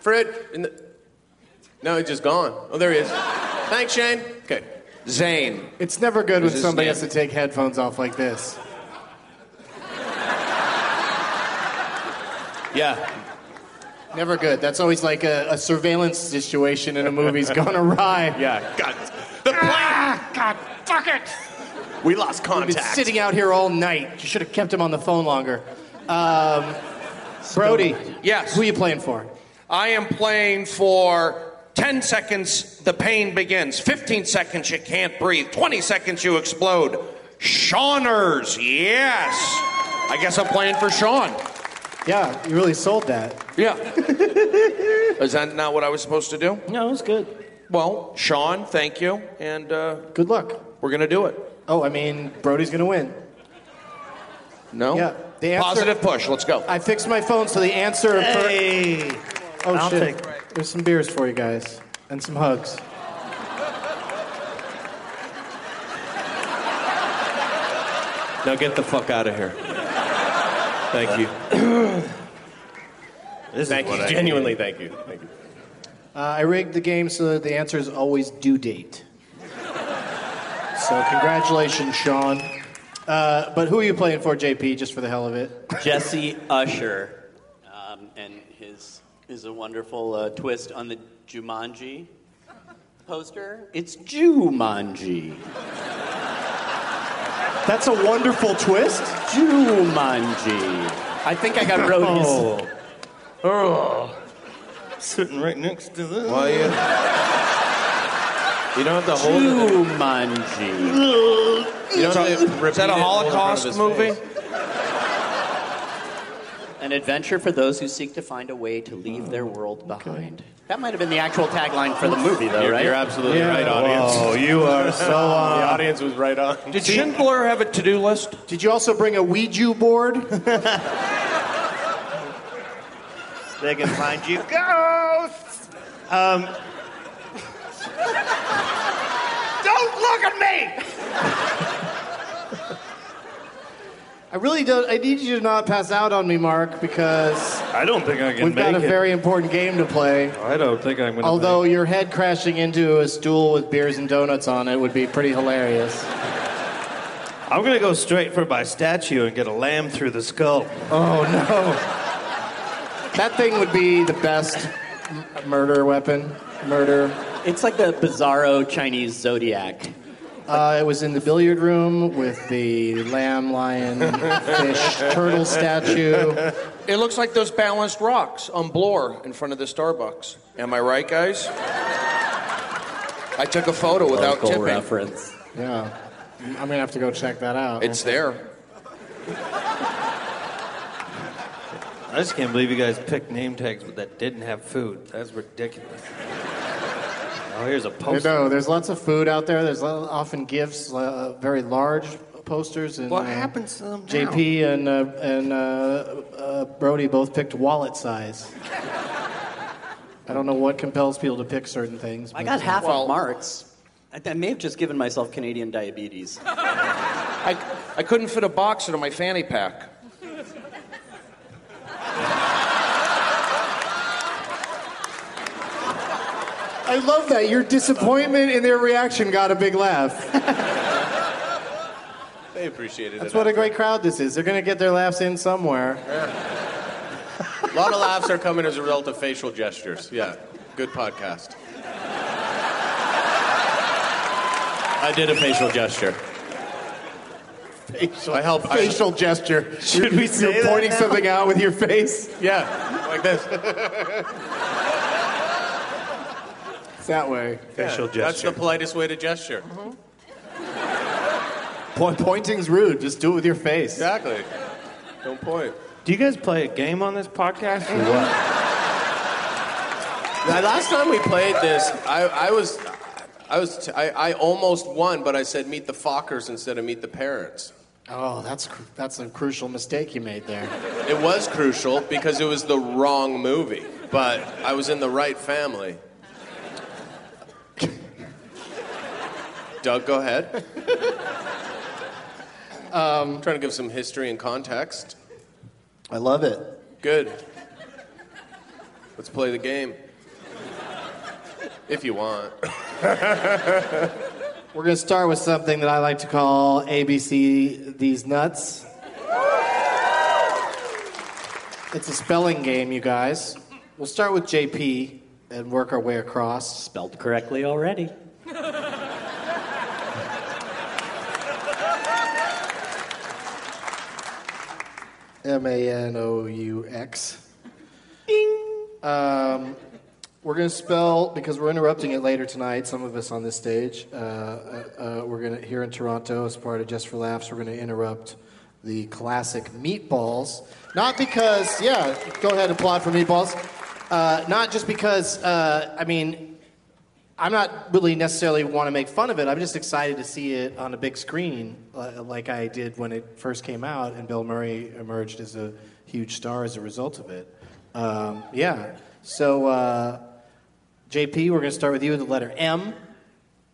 S1: Fred? In the... No, he's just gone. Oh, there he is. Thanks, Shane. Okay.
S22: Zane.
S2: It's never good
S22: Is
S2: when
S22: his
S2: somebody
S22: name-
S2: has to take headphones off like this.
S1: Yeah.
S2: Never good. That's always like a, a surveillance situation in a movie's gone awry.
S1: Yeah. God.
S2: The plane. Ah, God, fuck it.
S1: We lost
S2: We've been sitting out here all night. You should have kept him on the phone longer. Um, Brody.
S22: Yes.
S2: Who you playing for?
S22: I am playing for 10 seconds, the pain begins. 15 seconds, you can't breathe. 20 seconds, you explode. Shawners, yes. I guess I'm playing for Sean.
S2: Yeah, you really sold that.
S22: Yeah. Is that not what I was supposed to do?
S2: No, it was good.
S22: Well, Sean, thank you. And uh,
S2: Good luck.
S22: we're going to do it.
S2: Oh, I mean, Brody's gonna win.
S22: No?
S2: Yeah, the answer-
S22: Positive push. Let's go.
S2: I fixed my phone, so the answer.
S5: Hey.
S2: Oh
S5: I'll
S2: shit!
S5: take
S2: There's some beers for you guys and some hugs.
S1: Now get the fuck out of here. Thank you. thank
S5: what
S1: you.
S5: I
S1: Genuinely, thank you. Thank you.
S2: Uh, I rigged the game so that the answer is always due date. So congratulations, Sean. Uh, but who are you playing for, JP? Just for the hell of it.
S4: Jesse Usher, um, and his is a wonderful uh, twist on the Jumanji poster. It's Jumanji.
S2: That's a wonderful twist.
S4: Jumanji. I think I got roadies.
S5: Oh. Oh. Sitting right next to this.
S2: Oh,
S1: Why you? You don't have to hold it.
S4: Jumanji.
S1: You
S22: Is
S1: don't have to
S22: that a
S1: repeat it in front of
S22: Holocaust
S1: his
S22: movie?
S1: face.
S4: An adventure for those who seek to find a way to leave their world behind. That might have been the actual tagline for the movie, though,
S1: You're,
S4: right?
S1: you're absolutely
S2: Yeah.
S1: right, audience.
S5: Oh, you are so
S1: The
S5: on.
S1: audience was right on.
S22: Did Schindler have a to do list?
S2: Did you also bring a Ouija board?
S5: They can find you ghosts. Um, Don't look at me.
S2: I really don't. I need you to not pass out on me, Mark, because
S5: I don't think I can
S2: we've
S5: make
S2: got a
S5: it.
S2: very important game to play.
S5: I don't think I'm going to.
S2: Although your head crashing into a stool with beers and donuts on it would be pretty hilarious.
S5: I'm going to go straight for my statue and get a lamb through the skull.
S2: Oh no. That thing would be the best m- murder weapon. Murder.
S4: It's like the bizarro Chinese zodiac.
S2: Uh, it was in the billiard room with the lamb, lion, fish, turtle statue.
S22: It looks like those balanced rocks on Bloor in front of the Starbucks. Am I right, guys? I took a photo without
S2: Local
S22: tipping.
S4: reference.
S2: Yeah. I'm going to have to go check that out.
S22: It's there.
S5: I just can't believe you guys picked name tags that didn't have food. That's ridiculous. Oh, here's a
S2: You
S5: poster.
S2: know, there's lots of food out there. There's lo- often gifts, uh, very large posters. And,
S5: What
S2: uh,
S5: happens to them now?
S2: JP and uh, and uh, uh, Brody both picked wallet size. I don't know what compels people to pick certain things.
S4: I
S2: but-
S4: got half of Mark's. I, I may have just given myself Canadian diabetes.
S22: I, I couldn't fit a box into my fanny pack.
S2: I love that. Your disappointment in their reaction got a big laugh.
S1: They appreciated it.
S2: That's what a great crowd this is. They're going to get their laughs in somewhere.
S1: A lot of laughs are coming as a result of facial gestures. Yeah, good podcast. I did a facial gesture.
S23: Facial,
S1: I help.
S23: facial
S1: gesture.
S23: Should we say
S1: You're
S23: that
S1: pointing
S23: now?
S1: something out with your face. Yeah, like this.
S2: It's that way.
S1: Yeah, That's the politest way to gesture. Mm-hmm.
S2: Po- pointing's rude. Just do it with your face.
S1: Exactly. Don't point.
S5: Do you guys play a game on this podcast or what?
S1: The last time we played this, I, I was, I was, t- I, I almost won, but I said meet the Fockers instead of meet the parents.
S2: Oh, that's cr- that's a crucial mistake you made there.
S1: It was crucial because it was the wrong movie, but I was in the right family. Doug, go ahead. Um, trying to give some history and context.
S2: I love it.
S1: Good. Let's play the game. If you want.
S2: We're going to start with something that I like to call ABC These Nuts. It's a spelling game, you guys. We'll start with JP and work our way across.
S4: Spelled correctly already.
S2: M A N O U X. Ding. Um, we're going to spell, because we're interrupting it later tonight, some of us on this stage. Uh, uh, uh, we're going to, here in Toronto, as part of Just for Laughs, we're going to interrupt the classic meatballs. Not because, yeah, go ahead and applaud for meatballs. Uh, not just because, uh, I mean, I'm not really necessarily want to make fun of it. I'm just excited to see it on a big screen, uh, like I did when it first came out, and Bill Murray emerged as a huge star as a result of it. Um, yeah. So, uh, JP, we're going to start with you with the letter M,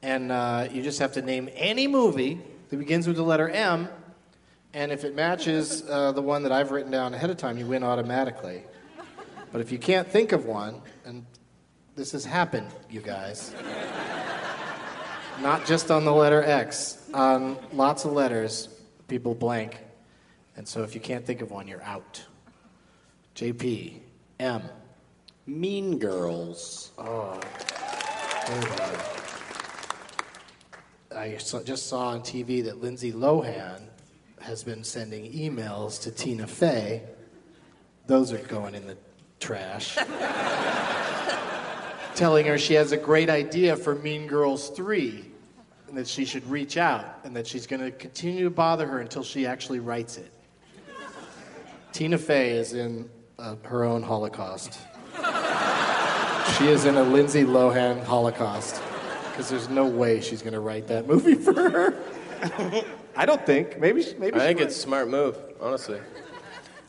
S2: and uh, you just have to name any movie that begins with the letter M, and if it matches uh, the one that I've written down ahead of time, you win automatically. But if you can't think of one, and this has happened, you guys. Not just on the letter X, on lots of letters, people blank. And so if you can't think of one, you're out. JP, M.
S4: Mean Girls.
S2: Oh. Hold on. I saw- just saw on TV that Lindsay Lohan has been sending emails to Tina Fey. Those are going in the trash. Telling her she has a great idea for Mean Girls 3 and that she should reach out and that she's going to continue to bother her until she actually writes it. Tina Fey is in uh, her own Holocaust. She is in a Lindsay Lohan Holocaust because there's no way she's going to write that movie for her. I don't think. Maybe. she- Maybe.
S1: I
S2: she
S1: think
S2: would.
S1: it's a smart move, honestly.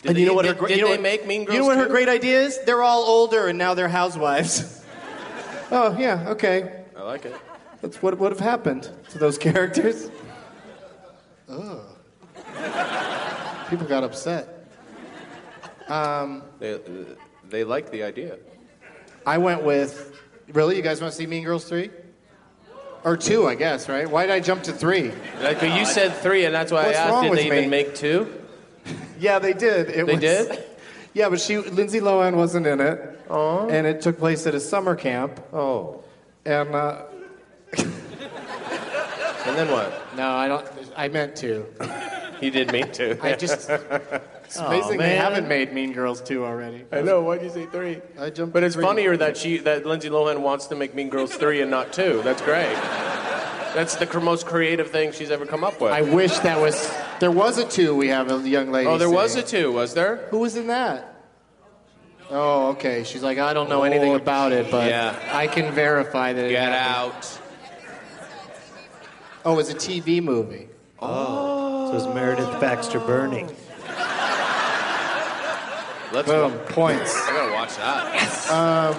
S1: Did
S2: And you
S1: they-
S2: know what?
S1: Did,
S2: her gre-
S1: did
S2: you know
S1: they
S2: what-
S1: make Mean Girls?
S2: You know what her
S1: too?
S2: great idea is? They're all older and now they're housewives. oh yeah. Okay.
S1: I like it.
S2: That's what would have happened to those characters. Ugh. People got upset. Um,
S1: They, they like the idea.
S2: I went with. Really? You guys want to see Mean Girls 3? Or 2, I guess, right? Why did I jump to 3?
S1: Like, but you said three, and that's why
S2: What's
S1: I asked.
S2: wrong
S1: Did
S2: with
S1: they even
S2: me?
S1: make two?
S2: Yeah, they did. It
S1: They
S2: was,
S1: did?
S2: Yeah, but she Lindsay Lohan wasn't in it. Oh. And it took place at a summer camp. Oh. And uh,
S1: And then what?
S2: no, I don't. I meant to.
S1: You did mean two.
S2: I just. It's
S1: Aw,
S2: amazing they
S1: man.
S2: haven't made Mean Girls two already.
S1: I know. Oh, Why'd you say three?
S2: I jumped.
S1: But
S2: to
S1: it's
S2: three.
S1: funnier that she that Lindsay Lohan wants to make Mean Girls three and not two. That's great. That's the cr- most creative thing she's ever come up with.
S2: I wish that was. There was a two. We have a young lady.
S1: Oh, there was a
S2: singing.
S1: two, was there?
S2: Who was in that? Oh, okay. She's like, I don't know anything about it, but
S1: yeah.
S2: I can verify that. It
S1: Get
S2: happened.
S1: out.
S2: Oh, it was a TV movie.
S5: Oh. So it's Meredith Baxter Burning.
S1: Let's
S2: Boom.
S1: wa-
S2: Points.
S1: I gotta watch that.
S2: Um,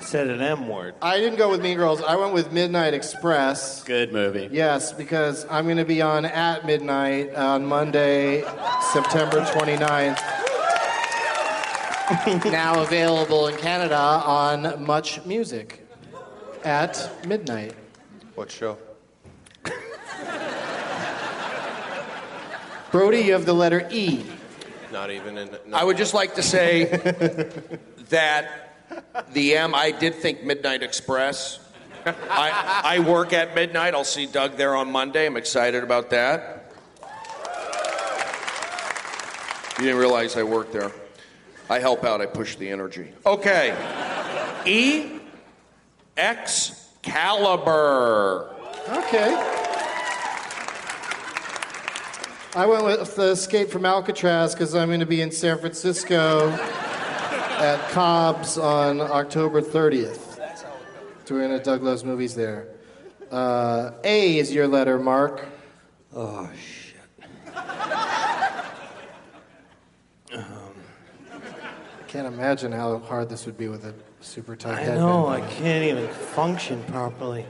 S5: Said an M word.
S2: I didn't go with Mean Girls. I went with Midnight Express.
S1: Good movie.
S2: Yes, because I'm going to be on at midnight on Monday, September 29th. now available in Canada on Much Music at midnight.
S1: What show?
S2: Brody, you have the letter E.
S1: Not even in. Not
S22: I would just like to say that the M, I did think Midnight Express. I, I work at midnight. I'll see Doug there on Monday. I'm excited about that. You didn't realize I work there. I help out, I push the energy. Okay. E Excalibur.
S2: Okay. I went with the Escape from Alcatraz because I'm going to be in San Francisco at Cobb's on October 30th. Doing a Doug Loves Movies there. Uh, a is your letter, Mark.
S5: Oh, shit.
S2: I can't imagine how hard this would be with a super tight
S5: I
S2: headband.
S5: know,
S2: on.
S5: I can't even function properly.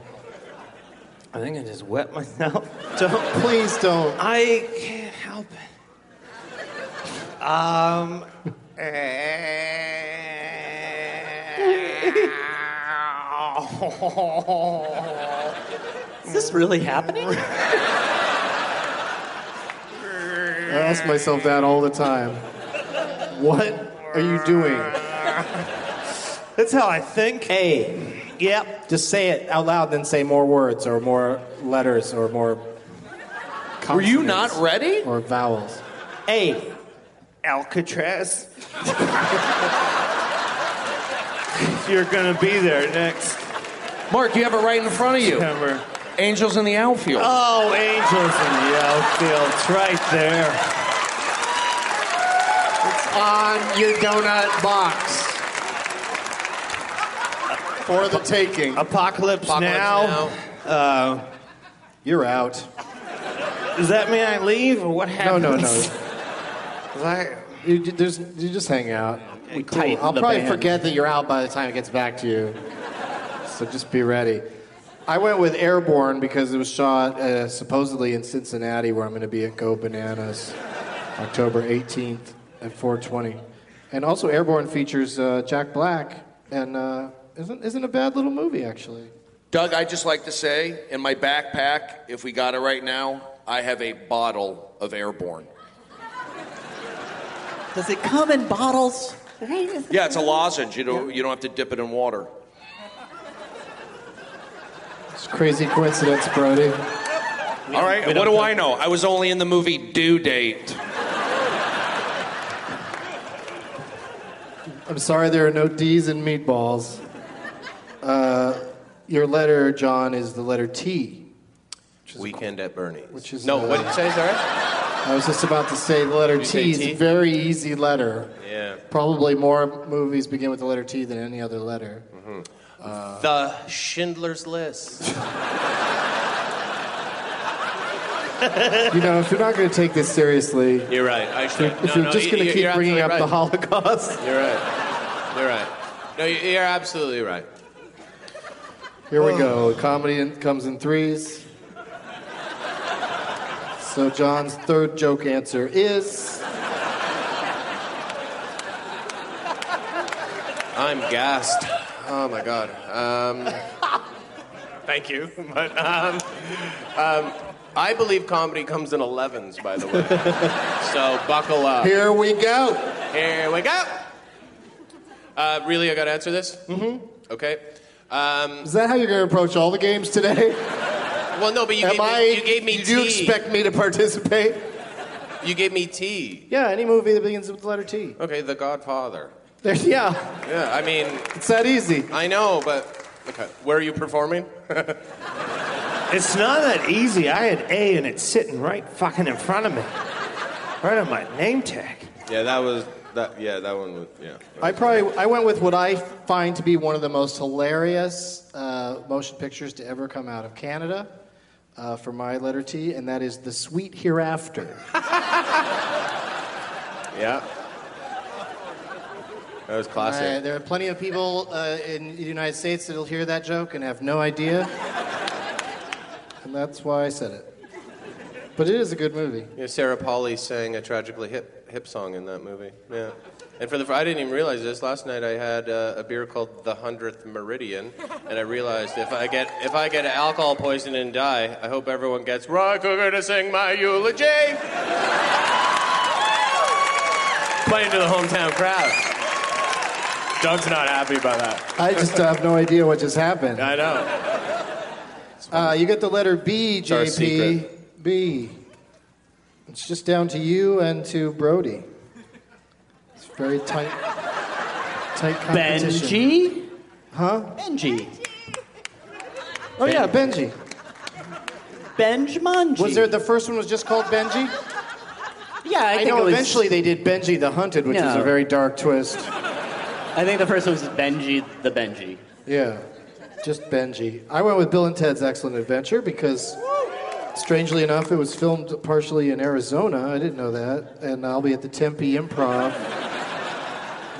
S5: I think I just wet myself. Don't,
S2: please don't.
S5: I can't help it. Um.
S4: Is this really happening?
S2: I ask myself that all the time. What are you doing?
S5: That's how I think.
S2: A. Yep. Just say it out loud, then say more words or more letters or more.
S22: Were you
S2: consonants
S22: not ready?
S2: Or vowels.
S5: A. Alcatraz. You're gonna be there next.
S22: Mark, you have it right in front of you.
S5: September.
S22: Angels in the outfield.
S5: Oh, angels in the outfield. It's right there.
S2: It's on your donut box. For the taking.
S5: Apocalypse, now. Uh,
S2: You're out.
S5: does that mean I leave or what
S2: No,
S5: happens?
S2: no, no. You, ju- there's, you just hang out.
S5: We
S2: Cool.
S5: tighten
S2: I'll
S5: the
S2: probably
S5: band.
S2: forget that you're out by the time it gets back to you. So just be ready. I went with Airborne because it was shot uh, supposedly in Cincinnati, where I'm going to be at Go Bananas, October 18th at 4:20. And also, Airborne features uh, Jack Black, and uh, isn't isn't a bad little movie actually.
S22: Doug, I'd just like to say in my backpack, if we got it right now, I have a bottle of Airborne.
S4: Does it come in bottles?
S22: Yeah, it's a lozenge. You don't, you don't have to dip it in water.
S2: It's a crazy coincidence, Brody.
S22: All right, what do I know? I was only in the movie Due Date.
S2: I'm sorry there are no D's in meatballs. Uh, your letter, John, is the letter T.
S1: Weekend at Bernie's. Which
S2: is,
S1: no.
S2: uh,
S1: what did you say? Is that
S2: I was just about to say the letter
S1: Did you say
S2: T is
S1: T?
S2: a very easy letter.
S1: right? Yeah.
S2: Probably more movies begin with the letter T than any other letter.
S1: the Schindler's List.
S2: You know, if you're not going to take this seriously, if
S1: You're right. I should.
S2: you're, if
S1: no,
S2: you're
S1: no,
S2: just
S1: you-
S2: going to
S1: you're
S2: keep bringing
S1: absolutely
S2: up the
S1: right.
S2: Holocaust,
S1: You're right. You're right. No, you- you're absolutely right. Oh.
S2: here we go. Comedy in, comes in threes. So John's third joke answer is
S1: I'm gassed. Oh my god. Um, thank you. But um, um, I believe comedy comes in 11s, by the way. so buckle up.
S23: Here we go.
S1: Here we go. Uh, really, I got to answer this. Mm-hmm. Okay. Um,
S23: Is that how you're going to approach all the games today?
S1: well, no, but you
S23: Am
S1: gave
S23: I-
S1: me you gave me
S23: do
S1: tea.
S23: you expect me to participate?
S1: You gave me tea.
S2: yeah, any movie that begins with the letter T.
S1: Okay, The Godfather.
S2: There, yeah.
S1: Yeah, I mean,
S2: it's that easy.
S1: I know, but okay. Where are you performing?
S5: It's not that easy. I had A and it's sitting right fucking in front of me. Right on my name tag.
S1: yeah, that was that. Yeah, that one was. Yeah.
S2: I probably I went with what I find to be one of the most hilarious uh, motion pictures to ever come out of Canada uh, for my letter T, and that is The Sweet Hereafter.
S1: Yeah. That was classic.
S2: Uh, there are plenty of people uh, in the United States that'll hear that joke and have no idea, and that's why I said it. But it is a good movie.
S1: Yeah, Sarah Pauli sang a tragically hip hip song in that movie. Yeah. And for the I didn't even realize this. Last night I had uh, a beer called the Hundredth Meridian, and I realized if I get if I get alcohol poisoning and die, I hope everyone gets Roy Cougar to sing my eulogy. Playing to the hometown crowd. Doug's not happy about that.
S2: I just have no idea what just happened.
S1: I know.
S2: Uh, you get the letter B,
S1: It's our
S2: JP. B. It's just down to you and to Brody. It's very tight, tight competition.
S4: Benji?
S2: Huh?
S4: Benji.
S2: Oh yeah, Benji.
S4: Benj Munji.
S2: Was there the first one was just called Benji?
S4: Yeah, I,
S2: I,
S4: think
S2: know.
S4: it was,
S2: Eventually, they did Benji the Hunted, which is
S4: No.
S2: a very dark twist.
S4: I think the first one was Benji the Benji.
S2: Yeah, just Benji. I went with Bill and Ted's Excellent Adventure because, strangely enough, it was filmed partially in Arizona. I didn't know that, and I'll be at the Tempe Improv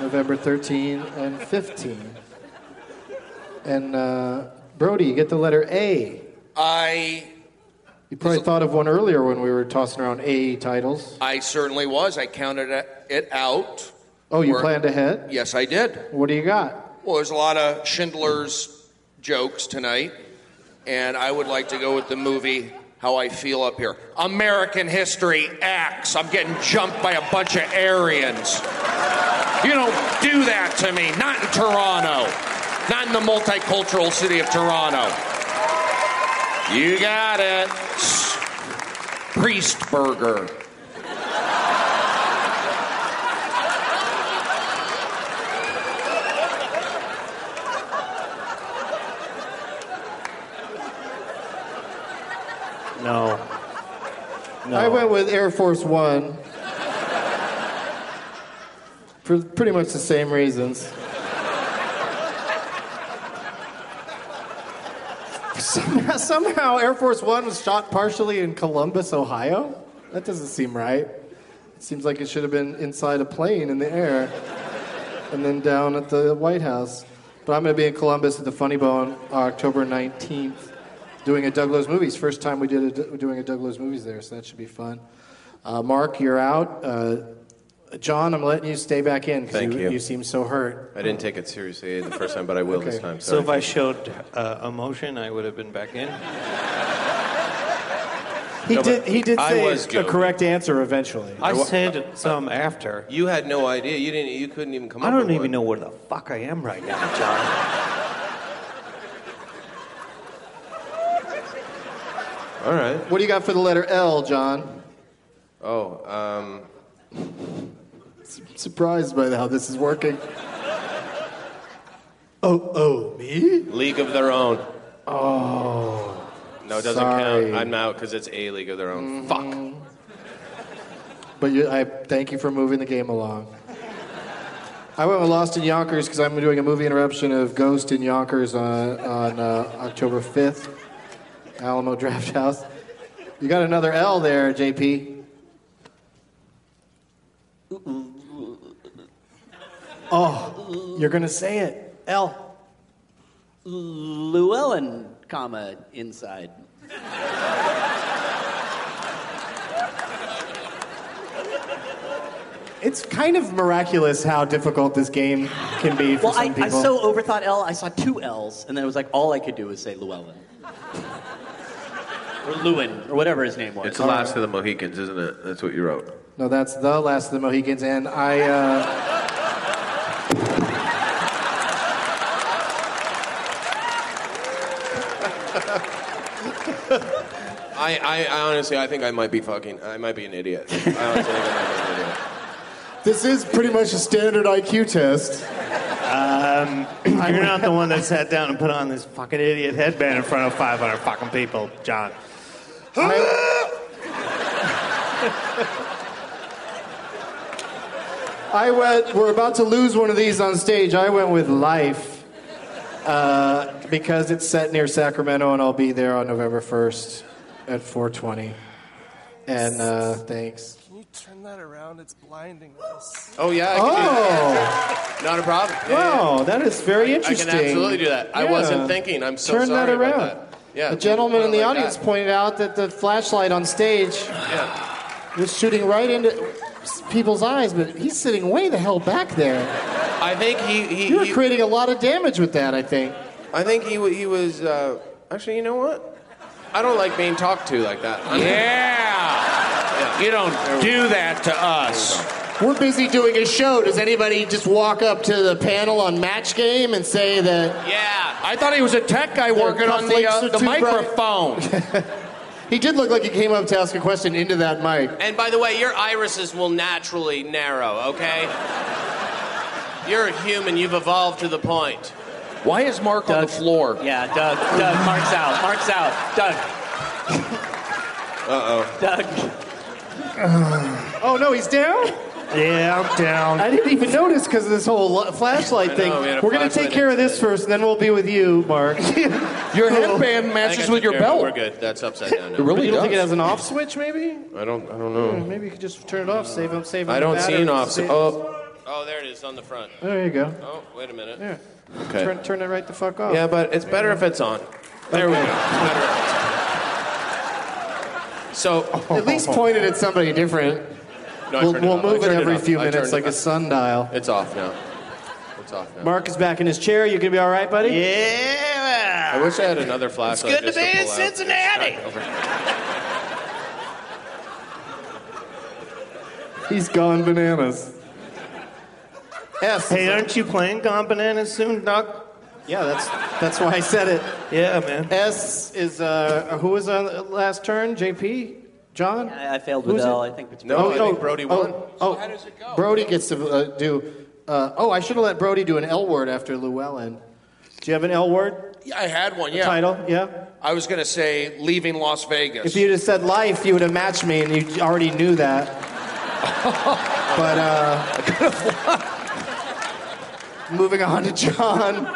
S2: November 13 and 15. And uh, Brody, you get the letter A.
S22: I
S2: You probably thought of one earlier when we were tossing around A titles.
S22: I certainly was. I counted it out.
S2: Oh, you
S22: Were-
S2: planned ahead.
S22: Yes, I did.
S2: What do you got?
S22: Well, there's a lot of Schindler's jokes tonight, and I would like to go with the movie How I Feel Up Here. American History X. I'm getting jumped by a bunch of Aryans. You don't do that to me. Not in Toronto. Not in the multicultural city of Toronto. You got it. Priest Burger.
S5: No. No.
S2: I went with Air Force One for pretty much the same reasons. somehow, somehow Air Force One was shot partially in Columbus, Ohio. That doesn't seem right. It seems like it should have been inside a plane in the air and then down at the White House. But I'm going to be in Columbus at the Funny Bone October 19th doing a Douglas Movies. First time we did a, doing a Douglas Movies there, so that should be fun. Uh, Mark, you're out. Uh, John, I'm letting you stay back in because
S1: Thank
S2: you,
S1: you.
S2: seem so hurt.
S1: I didn't take it seriously the first time, but I will this time.
S5: So
S1: Sorry.
S5: if I showed uh, emotion, I would have been back in.
S2: He
S1: No,
S2: did.
S1: but
S2: He did
S1: I
S2: say
S1: was
S2: a
S1: joking.
S2: correct answer eventually.
S5: I said some after.
S1: you had no idea. You didn't. You couldn't even come
S5: I
S1: up.
S5: don't
S1: with
S5: even
S1: one.
S5: know where the fuck I am right now, John.
S1: All right.
S2: What do you got for the letter L, John?
S1: Oh, um,
S2: Surprised by how this is working. Oh, oh, me?
S1: League of Their Own.
S2: Oh.
S1: No, it doesn't
S2: Sorry.
S1: count. I'm out because it's a League of Their Own. Fuck.
S2: But you, I thank you for moving the game along. I went with Lost in Yonkers because I'm doing a movie interruption of Ghost in Yonkers on, on uh, October 5th, Alamo Draft House. You got another L there, JP. Oh, you're going to say it. L.
S4: Llewellyn, comma, inside.
S2: It's kind of miraculous how difficult this game can be for
S4: Well,
S2: some
S4: I,
S2: people.
S4: I so overthought L, I saw two L's, and then it was like all I could do was say Llewellyn. or Lewin, or whatever his name was.
S1: It's the last of the Mohicans, isn't it? That's what you wrote.
S2: No, that's the last of the Mohicans, and I. Uh...
S1: I, I, I honestly, I think I might be fucking. I might be an idiot. I honestly think I might be an idiot.
S23: This is pretty much a standard IQ test.
S5: Um, you're not the one that sat down and put on this fucking idiot headband in front of 500 fucking people, John.
S2: I went. We're about to lose one of these on stage. I went with life uh, because it's set near Sacramento, and I'll be there on November first at 4:20. And uh, thanks.
S23: Can you turn that around? It's blinding us.
S1: Oh yeah. I
S2: Oh.
S1: Can do that. Not a problem. Yeah,
S2: Wow,
S1: yeah.
S2: that is very interesting.
S1: I can absolutely do that. I
S2: Yeah.
S1: wasn't thinking. I'm so
S2: Turn
S1: sorry
S2: that around.
S1: about that. Yeah.
S2: A gentleman in the
S1: Not like
S2: audience
S1: that.
S2: pointed out that the flashlight on stage
S1: Yeah.
S2: was shooting right into people's eyes, but he's sitting way the hell back there.
S1: I think he. he
S2: You're
S1: he-
S2: creating a lot of damage with that, I think.
S1: I think he wa- he was. Uh, actually, you know what? I don't like being talked to like that. I'm-
S22: Yeah. You don't do that to us.
S2: We're busy doing a show. Does anybody just walk up to the panel on Match Game and say that?
S22: Yeah. I thought he was a tech guy
S2: Their
S22: working on the,
S2: cufflinks
S22: uh,
S2: are
S22: the
S2: too bright.
S22: microphone.
S2: He did look like he came up to ask a question into that mic.
S1: And by the way, your irises will naturally narrow, okay? You're a human, you've evolved to the point.
S22: Why is Mark on the floor?
S4: Yeah, Doug. Doug, Mark's out. Mark's out. Doug.
S1: Uh-oh.
S4: Doug.
S2: Oh no, he's down.
S5: Yeah, I'm down.
S2: I didn't even notice because of this whole lo- flashlight
S1: I
S2: thing.
S1: know, we had a
S2: We're gonna
S1: flashlight
S2: take care of this first, and then we'll be with you, Mark.
S1: Your
S2: headband
S1: I think I took care of it. We're good. That's upside down. now.
S2: It really You don't think does. it has an off switch, maybe?
S1: I don't. I don't know.
S2: Hmm, Maybe you could just turn it off. Save him. Save him.
S1: I don't see an off.
S2: switch.
S1: Oh. Oh, there it is on the front.
S2: There you go.
S1: Oh, wait a minute.
S2: There.
S1: Okay.
S2: Turn, turn it right the fuck off.
S1: Yeah, but it's better if it's on. There we go. Better. So
S2: At least point it at somebody different.
S1: No, I
S2: Oh. we'll
S1: turned it
S2: we'll
S1: off. I
S2: move it
S1: turned it
S2: every
S1: off.
S2: few
S1: I
S2: minutes
S1: turned
S2: like
S1: it
S2: a sundial.
S1: It's off now. It's off now.
S2: Mark is back in his chair. You gonna be all right, buddy?
S5: Yeah.
S1: I wish I had another flashlight.
S5: good to
S1: just
S5: be in
S1: pull out.
S5: Cincinnati.
S1: It's not over.
S2: He's gone bananas. Yes.
S5: Hey, aren't you playing Gone Bananas soon, Doug?
S2: Yeah, that's that's why I said it.
S5: Yeah, man.
S2: S is uh, who was on the last turn? JP, John.
S4: I, I failed
S2: Who's
S4: with
S2: it?
S4: L. I think it's
S1: No, I think Brody won.
S2: Oh, oh, how does it go? Brody gets to uh, do. Uh, oh, I should have let Brody do an L word after Llewellyn. Do you have an L word
S22: Yeah, I had one, yeah.
S2: title? Yeah.
S22: I was going to say leaving Las Vegas.
S2: If you'd have said life, you would have matched me, and you already knew that. but uh, moving on to John.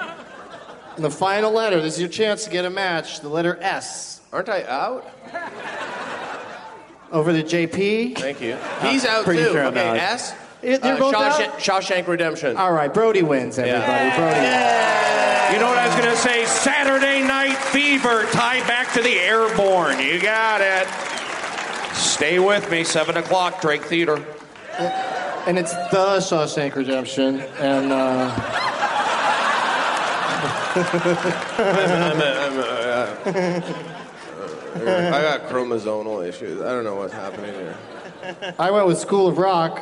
S2: And the final letter. This is your chance to get a match. The letter S
S1: Aren't I out?
S2: over the JP.
S1: Thank you. He's out
S2: pretty
S1: too.
S2: sure I'm
S1: okay,
S2: out.
S1: S. Uh,
S2: It- they're both
S1: Shawshank,
S2: out?
S1: Shawshank Redemption.
S2: All right, Brody wins. Everybody, Brody.
S22: You know what I was going to say? Saturday Night Fever, tie back to the airborne. You got it. Stay with me, 7 o'clock, Drake Theater.
S2: And it's the Shawshank Redemption. And uh,
S1: I'm a, I'm a, uh, uh, I got chromosomal issues. I don't know what's happening here.
S2: I went with School of Rock.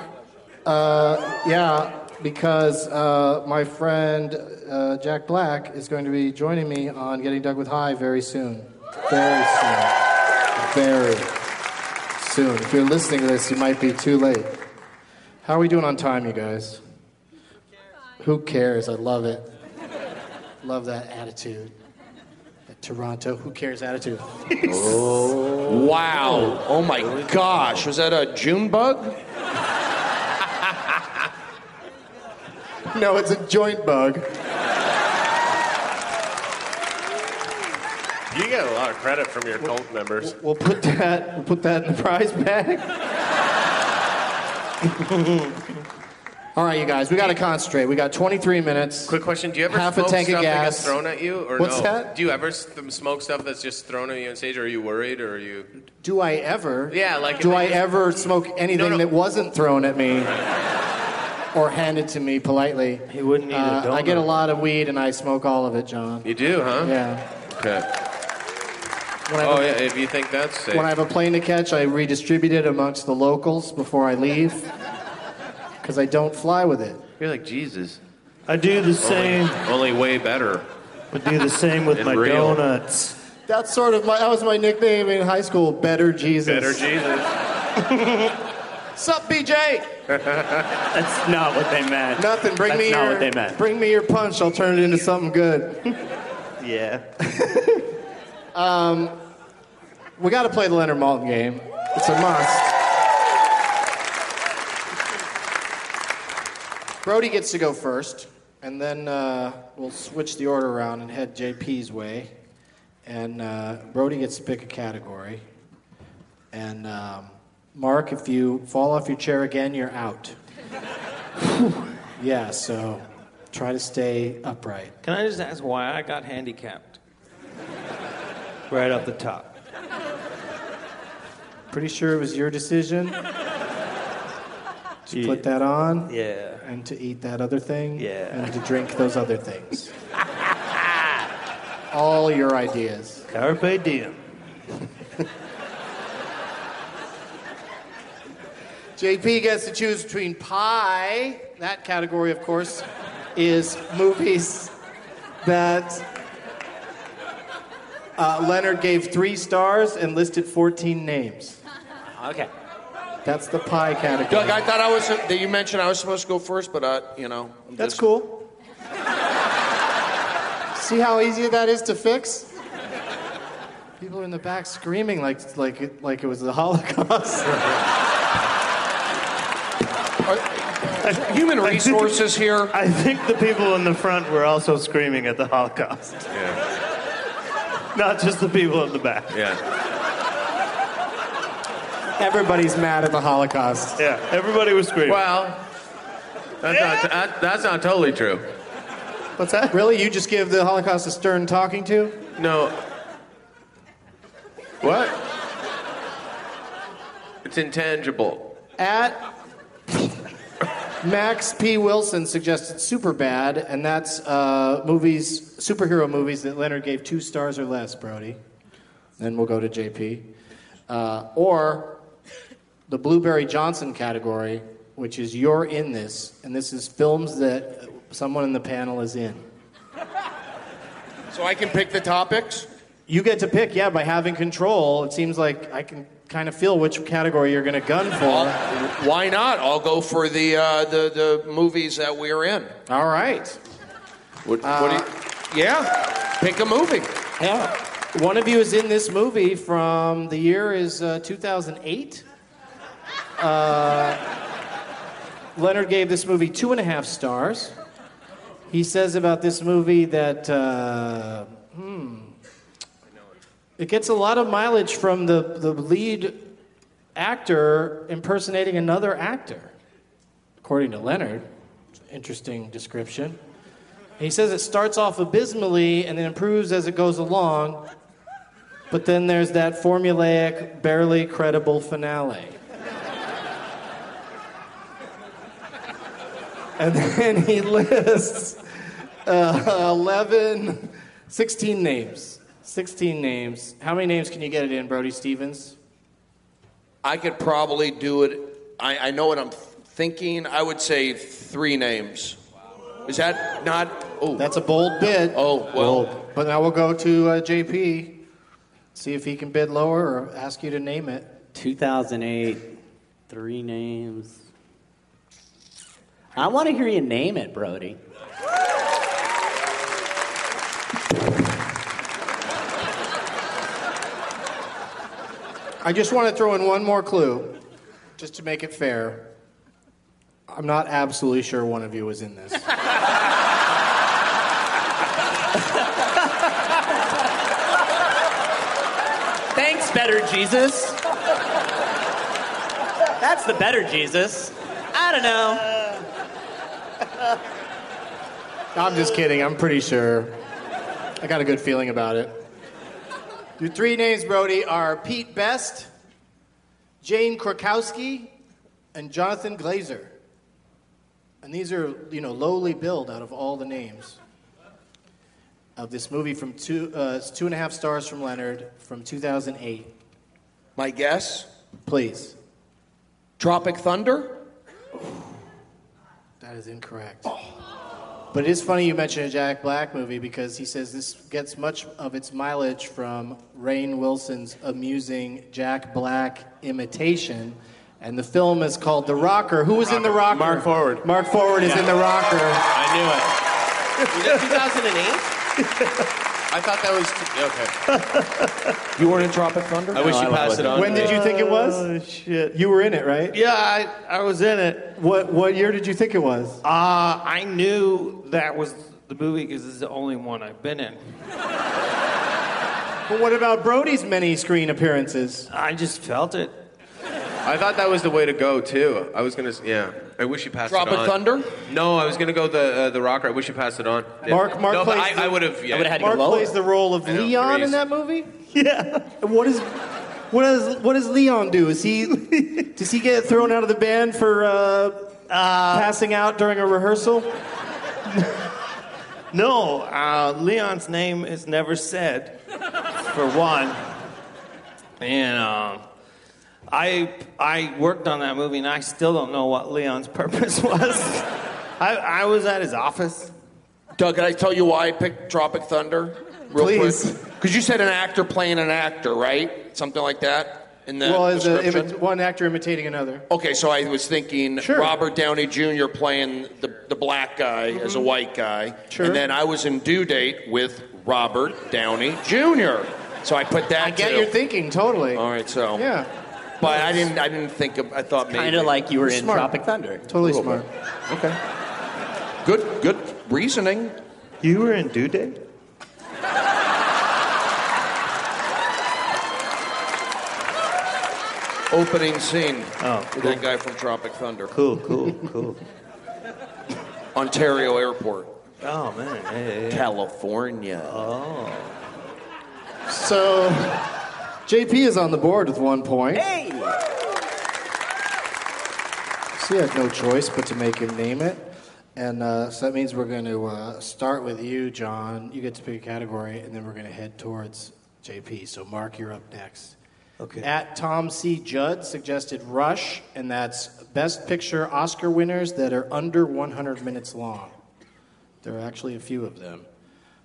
S2: Uh, yeah, because uh, my friend uh, Jack Black is going to be joining me on Getting Dug with High very soon. Very soon. Very soon. If you're listening to this, you might be too late. How are we doing on time, you guys? Who cares? I love it. Love that attitude. That Toronto, who cares attitude.
S22: Wow. Oh my gosh. Was that a June bug?
S2: No, it's a joint bug.
S1: You get a lot of credit from your cult members.
S2: We'll put that. We'll put that in the prize bag. All right, you guys, we got to concentrate. We got 23 minutes. Quick
S1: question: Do you ever
S2: half
S1: smoke
S2: a tank
S1: stuff
S2: of
S1: that
S2: gas
S1: gets thrown at you, or
S2: What's
S1: no?
S2: that?
S1: Do you ever s- th- smoke stuff that's just thrown at you on stage? Or are you worried, or are you?
S2: Do I ever?
S1: Yeah, like if
S2: Do
S1: they
S2: I
S1: just-
S2: ever smoke anything that wasn't thrown at me or handed to me politely? He wouldn't
S1: eat a
S5: Uh,
S2: I get a
S1: donut.
S2: lot of weed and I smoke all of it, John.
S1: You do, huh?
S2: Yeah.
S1: Okay.
S2: When I
S1: oh
S2: have a-
S1: yeah, if you think that's safe.
S2: When I have a plane to catch, I redistribute it amongst the locals before I leave because I don't fly with it.
S1: You're like Jesus.
S5: I do the same.
S1: Only way better.
S5: I do the same with
S1: And
S5: my
S1: real.
S5: donuts.
S2: That's sort of my that was my nickname in high school, Better Jesus.
S1: Better Jesus.
S2: Sup, BJ?
S5: That's not what they meant.
S2: Nothing. Bring
S5: That's
S2: me
S5: not
S2: your
S5: what they meant.
S2: bring me your punch. I'll turn it into something good.
S5: Yeah.
S2: Um, we got to play the Leonard Maltin game. It's a must. Brody gets to go first, and then uh, we'll switch the order around and head JP's way. And uh, Brody gets to pick a category. And um, Mark, if you fall off your chair again, you're out. yeah, so try to stay upright.
S5: Can I just ask why I got handicapped? Right off the top.
S2: Pretty sure it was your decision. to put that on.
S5: Yeah.
S2: And to eat that other thing.
S5: Yeah.
S2: And to drink those other things. All your ideas.
S5: Carpe diem.
S2: JP gets to choose between pie. That category, of course, is movies that uh, Leonard gave three stars and listed 14 names.
S22: Okay.
S2: That's the pie category.
S22: Doug, I thought I was. That you mentioned I was supposed to go first, but uh, you know. I'm
S2: That's
S22: just-
S2: cool. See how easy that is to fix? People are in the back screaming like like it, like it was the Holocaust.
S22: Human
S5: I think-
S22: resources here.
S5: I think the people in the front were also screaming at the Holocaust.
S1: Yeah.
S5: Not just the people in the back.
S1: Yeah.
S2: Everybody's mad at the Holocaust.
S5: Yeah. Everybody was screaming.
S1: Well, that's not that- that's not totally true.
S2: What's that? Really? You just give the Holocaust a stern talking to?
S1: No. What? It's intangible.
S2: At Max P. Wilson suggested Superbad, and that's uh, movies, superhero movies that Leonard gave two stars or less, Brody. Then we'll go to JP. Uh, or the Blueberry Johnson category, which is You're in This, and this is films that someone in the panel is in.
S22: So I can pick the topics.
S2: You get to pick, yeah, by having control. It seems like I can kind of feel which category you're going to gun for.
S22: I'll- why not? I'll go for the uh, the the movies that we're in.
S2: All right.
S22: What, what do you, yeah, pick a movie.
S2: Yeah. One of you is in this movie from the year is uh, 2008. Uh, Leonard gave this movie two and a half stars. He says about this movie that uh, hmm, it gets a lot of mileage from the, the lead actor impersonating another actor, according to Leonard. Interesting description. He says it starts off abysmally and then improves as it goes along, but then there's that formulaic, barely credible finale. And then he lists uh, 11, 16 names. 16 names. How many names can you get it in, Brody Stevens?
S22: I could probably do it. I, I know what I'm thinking. I would say three names. Is that not? Oh,
S2: that's a bold bid.
S22: Oh well,
S2: But now we'll go to uh, JP, see if he can bid lower or ask you to name it.
S24: 2008, three names. I want to hear you name it, Brody.
S2: I just want to throw in one more clue, just to make it fair. I'm not absolutely sure one of you was in this.
S4: Thanks, better Jesus. That's the better Jesus. I don't know.
S2: I'm just kidding. I'm pretty sure. I got a good feeling about it. Your three names, Brody, are Pete Best, Jane Krakowski, and Jonathan Glazer. And these are, you know, lowly billed out of all the names of this movie from two, uh, it's two and a half stars from Leonard from 2008.
S1: My guess?
S2: Please.
S1: Tropic Thunder?
S2: That is incorrect. But it is funny you mention a Jack Black movie because he says this gets much of its mileage from Rain Wilson's amusing Jack Black imitation. And the film is called The Rocker. Who was in The Rocker? Mark Forward. Mark Forward is in The Rocker.
S4: I knew it. Was that 2008? I thought that was okay.
S1: You weren't in Tropic Thunder?
S4: I wish you passed it on.
S2: When did you think it was?
S5: Oh, shit.
S2: You were in it, right?
S5: Yeah, I, I was in it.
S2: What what year did you think it was?
S5: Uh, I knew that was the movie because it's the only one I've been in.
S2: But what about Brody's many screen appearances?
S5: I just felt it.
S4: I thought that was the way to go too. I was gonna, s- yeah. I wish you passed
S1: Tropic
S4: it on.
S1: Thunder?
S4: No, I was gonna go the uh, the rocker. I wish you passed it on. Yeah.
S2: Mark- Mark
S4: Uh, no, but
S2: plays
S4: I, I would have. Yeah.
S2: Mark plays the role of
S4: I know,
S2: Leon in
S4: Grease.
S2: that movie.
S5: Yeah.
S2: And What is what does what does Leon do? Is he does he get thrown out of the band for uh, passing out during a rehearsal?
S1: Uh,
S5: No, uh, Leon's name is never said, for one. And um, I, I worked on that movie, and I still don't know what Leon's purpose was. I, I was at his office.
S1: Doug, can I tell you why I picked Tropic Thunder? Real
S2: Please.
S1: Because you said an actor playing an actor, right? Something like that in the
S2: well, is a,
S1: description.
S2: imi- one actor imitating another?
S1: Okay, so I was thinking
S2: Sure.
S1: Robert Downey Jr. playing the, the black guy as a white guy.
S2: Sure.
S1: And then I was in due date with Robert Downey Jr. So I put that
S2: I get
S1: too.
S2: your thinking totally.
S1: All right, so.
S2: Yeah,
S1: But I didn't I didn't think of I thought maybe
S25: Kind of like you were in
S2: Smart.
S25: Tropic Thunder.
S2: totally
S1: Little
S2: smart.
S1: Okay. Good good reasoning.
S5: You were in Due Date?
S1: Opening scene.
S5: Oh,
S1: with
S5: cool.
S1: That guy from Tropic Thunder.
S5: Cool, cool, cool.
S1: Ontario Airport.
S5: Oh, man. Hey, hey, hey.
S1: California.
S5: Oh.
S2: So JP is on the board with one point.
S25: Hey!
S2: So you had no choice but to make him name it. And uh, so that means we're going to uh, start with you, John. You get to pick a category, and then we're going to head towards JP. So, Mark, you're up next.
S5: Okay.
S2: At Tom C. Judd suggested Rush, and that's Best Picture Oscar winners that are under 100 minutes long. There are actually a few of them.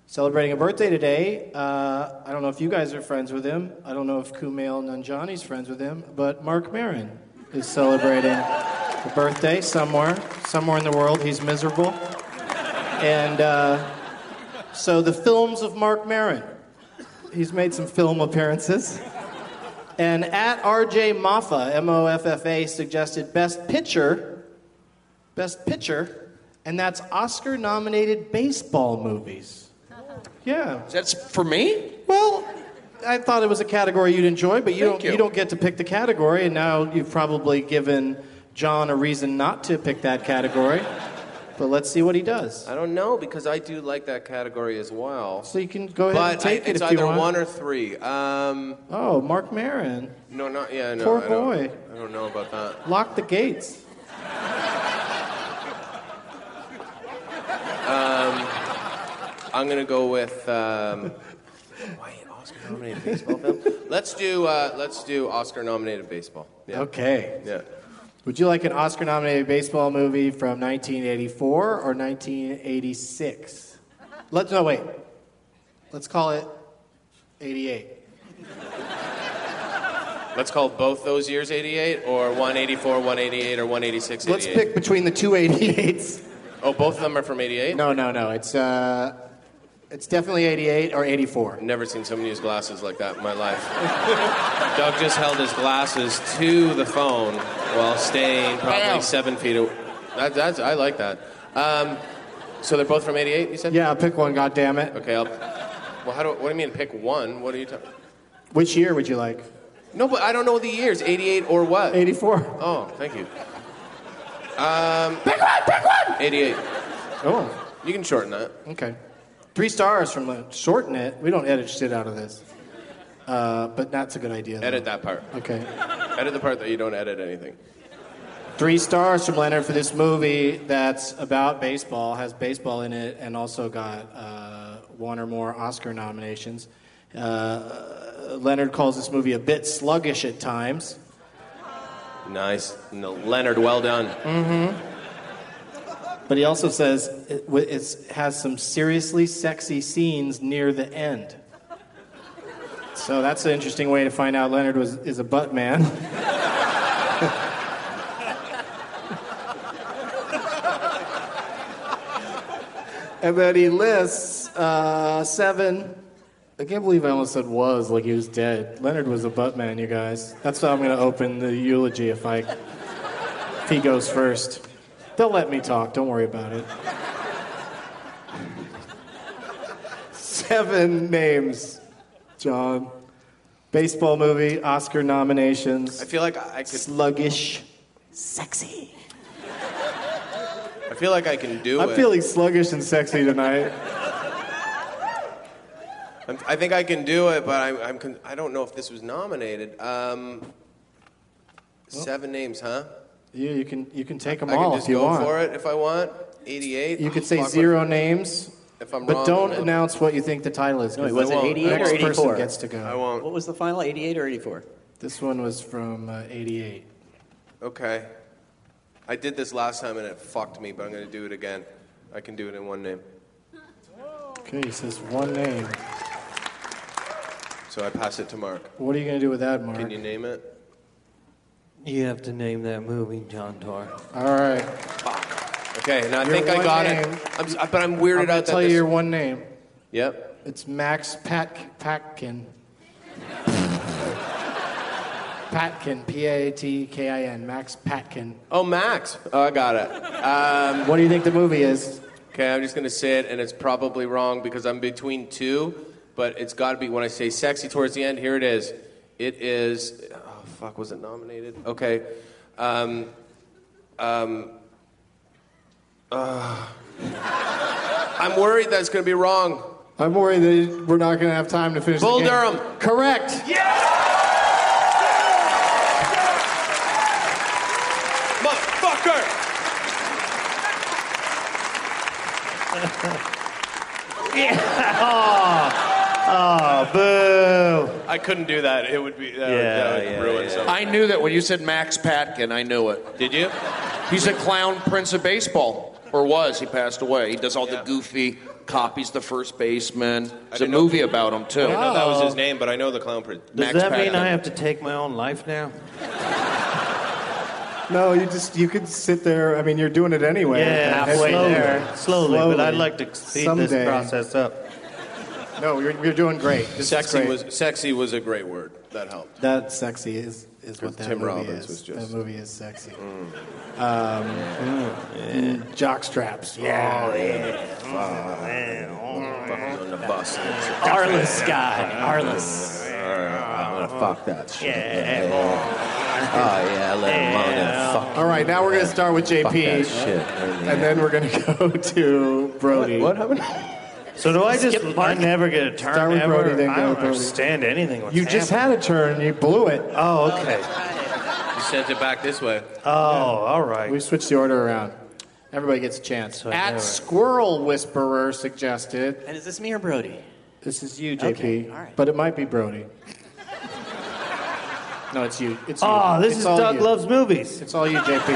S2: Celebrating a birthday today. Uh, I don't know if you guys are friends with him. I don't know if Kumail Nanjiani's friends with him, but Mark Marin is celebrating a birthday somewhere, somewhere in the world. He's miserable. And uh, so the films of Mark Marin. He's made some film appearances. And at RJ Maffa, M O F F A, suggested Best Picture, Best Picture, and that's Oscar nominated baseball movies. Yeah.
S1: That's for me?
S2: Well, I thought it was a category you'd enjoy, but you
S1: Thank
S2: don't,
S1: you.
S2: you. don't get to pick the category, and now you've probably given John a reason not to pick that category. But let's see what he does.
S4: I don't know because I do like that category as well.
S2: So you can go ahead and
S4: But I,
S2: take it
S4: it's
S2: if you
S4: either
S2: want.
S4: one or three. Um,
S2: oh, Mark Maron.
S4: no, not yeah. No,
S2: Poor
S4: I don't,
S2: boy.
S4: I don't know about that.
S2: Lock the gates.
S4: I'm gonna go with. Um, wait, Oscar-nominated baseball film. Let's do. Uh, let's do Oscar-nominated baseball. Yeah.
S2: Okay.
S4: Yeah.
S2: Would you like an Oscar nominated baseball movie from 1984 or 1986? Let's, no, wait. Let's call it 88.
S4: Let's call both those years 88 or 184, 188, or 186.
S2: Let's
S4: 88.
S2: pick between the two 88s.
S4: Oh, both of them are from 88.
S2: No, no, no. It's, uh, it's definitely 88 or 84.
S4: I've never seen someone use glasses like that in my life. Doug just held his glasses to the phone while staying probably
S1: Bam.
S4: seven feet away. That, that's, I like that. Um, so they're both from 88, you said?
S2: Yeah, pick one, goddammit.
S4: Okay, I'll. Well, how do, what do you mean pick one? What are you talking
S2: Which year would you like?
S4: No, but I don't know the years, 88 or what?
S2: 84.
S4: Oh, thank you. Um, pick one, pick one! 88.
S2: Oh.
S1: You can shorten that.
S2: Okay. Three stars from the shorten it. We don't edit shit out of this. Uh, but that's a good idea. though.
S1: Edit that part.
S2: Okay.
S1: Edit the part that you don't edit anything.
S2: Three stars from Leonard for this movie that's about baseball, has baseball in it, and also got uh, one or more Oscar nominations. Uh, Leonard calls this movie a bit sluggish at times.
S1: Nice. No, Leonard, well done.
S2: Mm-hmm. But he also says it w- it's, has some seriously sexy scenes near the end. So that's an interesting way to find out Leonard was is a butt man. and then he lists uh, seven. I can't believe I almost said was like he was dead. Leonard was a butt man, you guys. That's how I'm going to open the eulogy if I if he goes first. They'll let me talk. Don't worry about it. Seven names, John. Baseball movie, Oscar nominations.
S1: I feel like I could.
S2: Sluggish, sexy.
S1: I feel like I can do
S2: I'm
S1: it.
S2: feeling sluggish and sexy tonight.
S1: I'm, I think I can do it, but I'm, I'm con- I don't know if this was nominated. Um, seven names, huh?
S2: Yeah, you can you can take them
S1: I
S2: all
S1: can just
S2: if you
S1: go
S2: want.
S1: for it if I want. 88.
S2: You could say
S1: Fuck,
S2: zero
S1: what-
S2: names,
S1: If I'm
S2: but
S1: wrong,
S2: don't
S1: then-
S2: announce what you think the title is.
S24: No,
S2: 'cause
S24: it was
S2: the
S24: it 88
S2: next
S24: or 84?
S2: person gets to go.
S24: What was the final, 88 or 84?
S2: This one was from uh, 88.
S1: Okay. I did this last time and it fucked me, but I'm going to do it again. I can do it in one name.
S2: Okay, it says one name.
S1: So I pass it to Mark.
S2: What are you going to do with that, Mark?
S1: Can you name it?
S26: You have to name that movie, John Tor.
S2: All right.
S1: Okay, and I
S2: Your
S1: think I
S2: one
S1: got
S2: name.
S1: it. I'm, s- but I'm
S2: I'm
S1: weirded
S2: gonna
S1: out that
S2: tell you
S1: this-
S2: your one name.
S1: Yep.
S2: It's Max Pat- Patkin. Patkin, P A T K I N, Max Patkin.
S1: Oh, Max. Oh, I got it. Um,
S2: what do you think the movie is?
S1: Okay, I'm just going to say it, and it's probably wrong because I'm between two, but it's got to be when I say sexy towards the end. Here it is. It is. Oh, fuck, was it nominated? Okay. Um, um, uh, I'm worried that's going to be wrong.
S2: I'm worried that we're not going to have time to finish.
S1: Bull
S2: the game.
S1: Durham.
S2: Correct.
S1: Motherfucker!
S5: Yeah.
S2: Ah!
S5: Oh, oh, boo.
S1: I couldn't do that. It would be. That
S5: Yeah,
S1: would, that would
S5: yeah,
S1: ruin something.
S22: I knew that when you said Max Patkin, I knew it.
S1: Did you?
S22: He's a clown prince of baseball, or was. He passed away. He does all the goofy copies, the first baseman. There's a
S1: didn't know-
S22: movie about him, too.
S1: I didn't know that was
S24: Oh.
S1: his name, but I know the clown prince.
S22: Does
S5: Does that mean I have to take my own life now?
S2: No, you just you could sit there. I mean, you're doing it anyway.
S5: Yeah, halfway
S2: Slowly.
S5: there. Slowly, but I'd like to speed this
S2: Someday. Oh,
S5: process up.
S2: No, you're, you're doing great. This is
S1: sexy
S2: great.
S1: was sexy was a great word. That helped.
S2: that sexy is is what that
S1: Tim
S2: movie
S1: Robbins
S2: is.
S1: was just-
S2: that movie is sexy. Um, mm, Jock straps. Yeah.
S5: Ah.
S1: On the bus.
S24: Arliss guy. Arliss.
S1: I'm gonna fuck that shit.
S5: Yeah.
S1: Oh yeah, let him on and fuck.
S2: All right, now we're gonna start with JP,
S1: Fuck that shit.
S2: and then we're gonna go to Brody.
S5: What- So do I just? I never get a turn.
S2: Start with
S5: ever?
S2: Brody, then
S5: I
S2: go
S5: don't
S2: Brody.
S5: understand anything. What's
S2: You just had a turn. You blew it.
S5: Oh, okay.
S1: You sent it back this way.
S5: Oh, all right.
S2: We switched the order around. Everybody gets a chance.
S5: I
S2: At
S5: know it.
S2: Squirrel Whisperer suggested.
S24: And is this me or Brody?
S2: This is you, JP.
S24: Okay, all right.
S2: But it might be Brody. no, it's you. It's you.
S5: Oh, this
S2: It's
S5: is
S2: all
S5: Doug
S2: you.
S5: Loves Movies.
S2: It's all you, JP.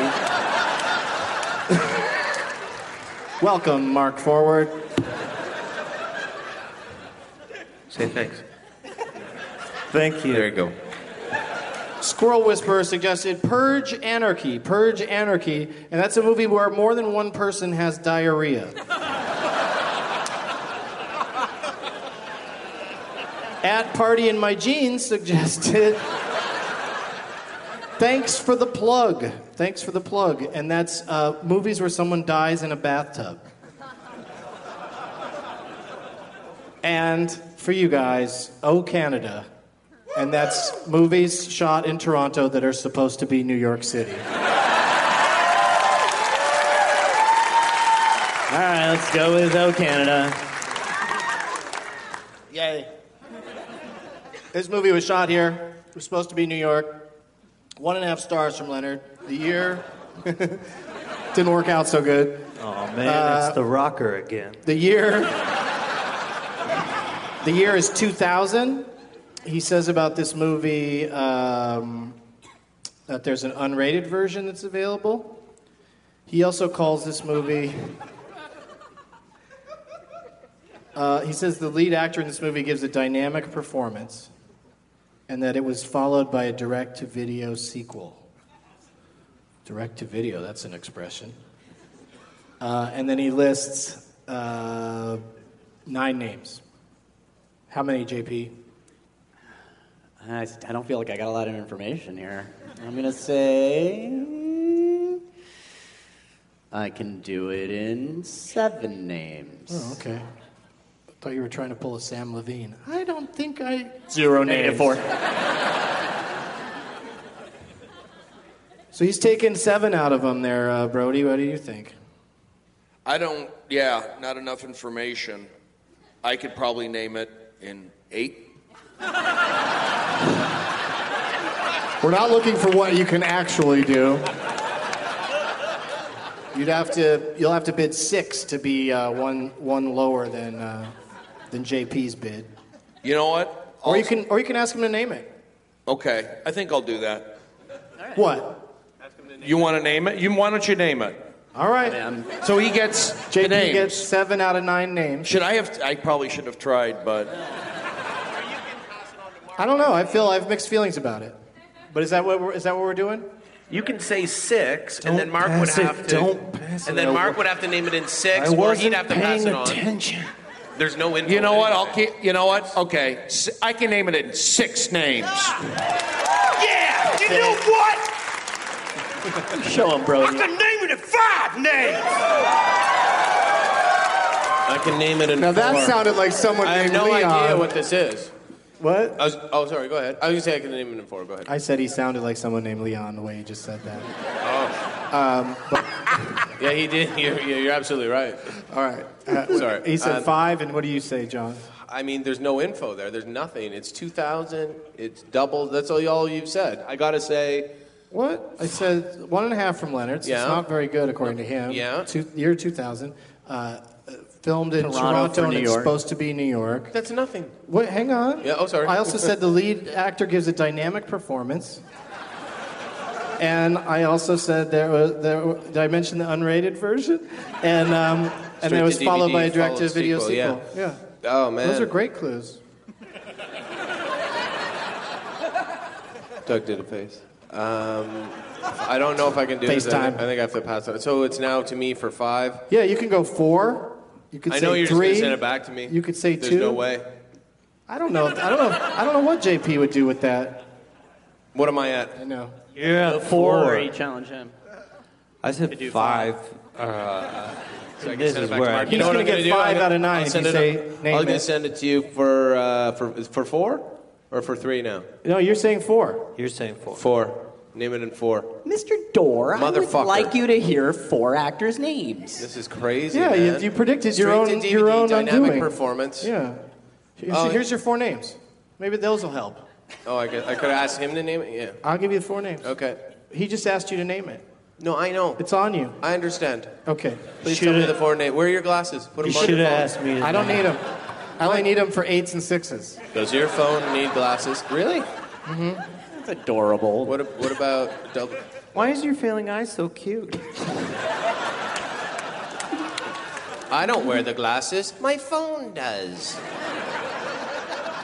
S2: Welcome, Mark Forward.
S1: Say thanks.
S5: Thank you.
S1: There you go.
S2: Squirrel Whisperer suggested Purge Anarchy. Purge Anarchy. And that's a movie where more than one person has diarrhea. At Party in My Jeans suggested Thanks for the plug. Thanks for the plug. And that's uh, movies where someone dies in a bathtub. And for you guys, Oh Canada. And that's movies shot in Toronto that are supposed to be New York City.
S5: All right,
S24: Yeah, let's go with O Canada.
S1: Yay.
S2: This movie was shot here. It was supposed to be New York. One and a half stars from Leonard. The year didn't work out so good.
S26: Oh man,
S2: Uh,
S26: it's the rocker again.
S2: The year. the year is 2000. He says about this movie um, that there's an unrated version that's available. He also calls this movie. Uh, he says the lead actor in this movie gives a dynamic performance, and that it was followed by a direct-to-video sequel. Direct-to-video—that's an expression. Uh, and then he lists uh, nine names. How many, JP?
S24: I, I don't feel like I got a lot of information here. I'm going to say. mm, I can do it in seven names.
S2: Oh, okay. I thought you were trying to pull a Sam Levine. I don't think I.
S24: Zero names.
S2: Negative four. So he's taken seven out of them there, uh, Brody. What do you think?
S22: I don't, yeah, not enough information. I could probably name it in eight.
S2: We're not looking for what you can actually do. You'd have to, you'll have to bid six to be uh, one, one lower than, uh, than JP's bid.
S22: You know what?
S2: Or you can, or you can ask him to name it.
S22: Okay, I think I'll do that.
S2: What?
S22: You want to name it? You, why don't you name it?
S2: All right.
S22: So he gets the
S2: JP
S22: names.
S2: gets seven out of nine names.
S22: Should I have? I probably should have tried, but
S2: I don't know. I feel I have mixed feelings about it. But is that what we're, is that what we're doing?
S1: You can say six,
S2: Don't
S1: and then Mark
S2: pass
S1: would
S2: it.
S1: have to.
S2: Don't pass
S1: and
S2: it
S1: then Mark
S2: over.
S1: would have to name it in six,
S22: I
S1: or
S22: wasn't
S1: he'd have to pass
S22: paying
S1: it on.
S22: attention.
S1: There's no info.
S22: you know what? I'll keep. You know what? Okay, S- I can name it in six names.
S27: Yeah, you know what?
S24: Show him,
S27: I can name it in five names.
S1: I can name it in
S27: Now that
S1: four.
S27: sounded like someone
S1: I
S27: named
S1: have no idea
S2: Leon.
S1: what this is.
S2: What?
S1: I was, oh, sorry. Go ahead. I was gonna say I can name it in four. Go ahead.
S2: I said he sounded like someone named Leon the way he just said that.
S1: Oh.
S2: Um, but,
S1: Yeah, he did. You're, you're you're absolutely right.
S2: all right. Uh,
S1: Sorry.
S2: He said
S1: Um,
S2: five, and what do you say, John?
S1: I mean, there's no info there. There's nothing. It's 2,000. It's doubled. That's all y'all you've said. I gotta say,
S2: What? I said one and a half from Leonard. So
S1: Yeah.
S2: It's not very good, according to him.
S1: Yeah.
S2: Two, year 2000. Uh, uh, filmed in
S1: Toronto
S2: Toronto,
S1: for
S2: and
S1: New
S2: it's
S1: York.
S2: supposed to be New York.
S1: that's nothing.
S2: What? Hang on.
S1: Yeah. Oh, sorry.
S2: I also said the lead actor gives a dynamic performance. And I also said there was, there, were- did I mention the unrated version? And, um, and
S1: Straight
S2: it was
S1: to
S2: followed
S1: DVD,
S2: by a
S1: followed
S2: direct to video
S1: sequel, yeah.
S2: sequel. Yeah.
S1: Oh man.
S2: Those are great clues.
S1: Doug did a face. Um, I don't know if I can do this. I
S2: FaceTime.
S1: think, I think I have to pass it. So it's now to me for five.
S2: Yeah, you can go four. You could
S1: I
S2: say
S1: know you're just
S2: three.
S1: gonna send it back to me.
S2: You could say
S1: There's
S2: two.
S1: no way.
S2: I don't know. I don't know. I don't know what JP would do with that.
S1: What am I at? I
S2: know.
S26: Yeah,
S24: Go four. Or you challenge him.
S26: I said five. Uh, this is where I,
S1: You know what I'm
S2: gonna
S1: gonna
S2: get
S1: do?
S2: five
S1: I'm gonna-
S2: out of nine
S1: I'll
S2: if
S1: send
S2: you
S1: it-
S2: say name
S1: I'm gonna
S2: it.
S1: send it to you for uh, for is it for four or for three now.
S2: No, you're saying four.
S26: You're saying four.
S1: Four. Name it in four.
S24: Mr. Dorr, I would
S1: Motherfucker.
S24: like you to hear four actors' names.
S1: This is crazy.
S2: Yeah, you,
S1: man.
S2: you predicted your
S1: Straight
S2: own
S1: to
S2: your
S1: DVD,
S2: own
S1: dynamic
S2: undoing.
S1: performance.
S2: Yeah. Here's,
S1: Oh.
S2: here's your four names. Maybe those will help.
S1: Oh, I could I could ask him to name it. Yeah.
S2: I'll give you the four names.
S1: Okay.
S2: He just asked you to name it.
S1: No, I know.
S2: It's on you.
S1: I understand.
S2: Okay.
S1: Please tell me the four names. Where are your glasses? Put them on your phone.
S2: I don't need them. I only need them for eights and sixes.
S1: Does your phone need glasses? Really?
S2: Mm-hmm.
S1: That's adorable. What, ab- what about double?
S26: Why is your failing eye so cute?
S1: I don't wear the glasses. My phone does.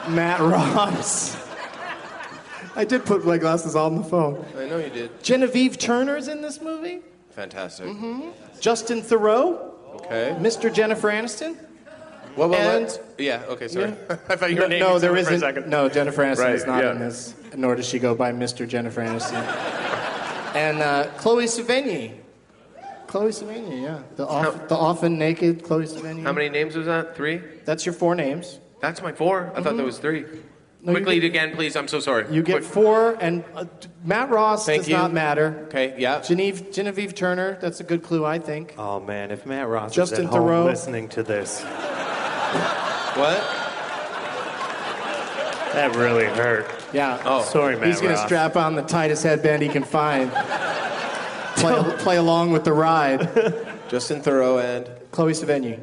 S2: Matt Robs. I did put my glasses on the phone.
S1: I know you did.
S2: Genevieve Turner's in this movie.
S1: Fantastic.
S2: hmm Justin Thoreau,
S1: Okay.
S2: Mr. Jennifer Aniston.
S1: What, what, what?
S2: And-
S1: Yeah. Okay. Sorry.
S2: Yeah.
S1: I thought you were
S2: no,
S1: naming
S2: no,
S1: someone
S2: there
S1: for
S2: isn't.
S1: A second.
S2: No, Jennifer Aniston
S1: Right,
S2: is not
S1: yeah.
S2: in this, nor does she go by Mr. Jennifer Aniston. and uh, Chloe Sevigny. Chloe Sevigny, yeah. The, off, the often naked Chloe Sevigny.
S1: How many names was that? Three.
S2: That's your four names.
S1: That's my 4 I thought
S2: Mhm.
S1: that was three.
S5: Quickly again, please. I'm so sorry.
S2: You get four, and uh, Matt Ross
S5: Thank
S2: does
S5: you.
S2: not matter.
S5: Okay, yeah.
S2: Genevieve, Genevieve Turner, that's a good clue, I think.
S28: Oh man, if Matt Ross is
S2: Justin
S28: at home
S2: Theroux.
S28: listening to this,
S5: what?
S28: That really hurt.
S2: Yeah.
S28: Oh, sorry, Matt
S2: He's going to
S28: Ross.
S2: strap on the tightest headband he can find. play, play along with the ride.
S5: Justin Thoreau and
S2: Chloe Sevigny.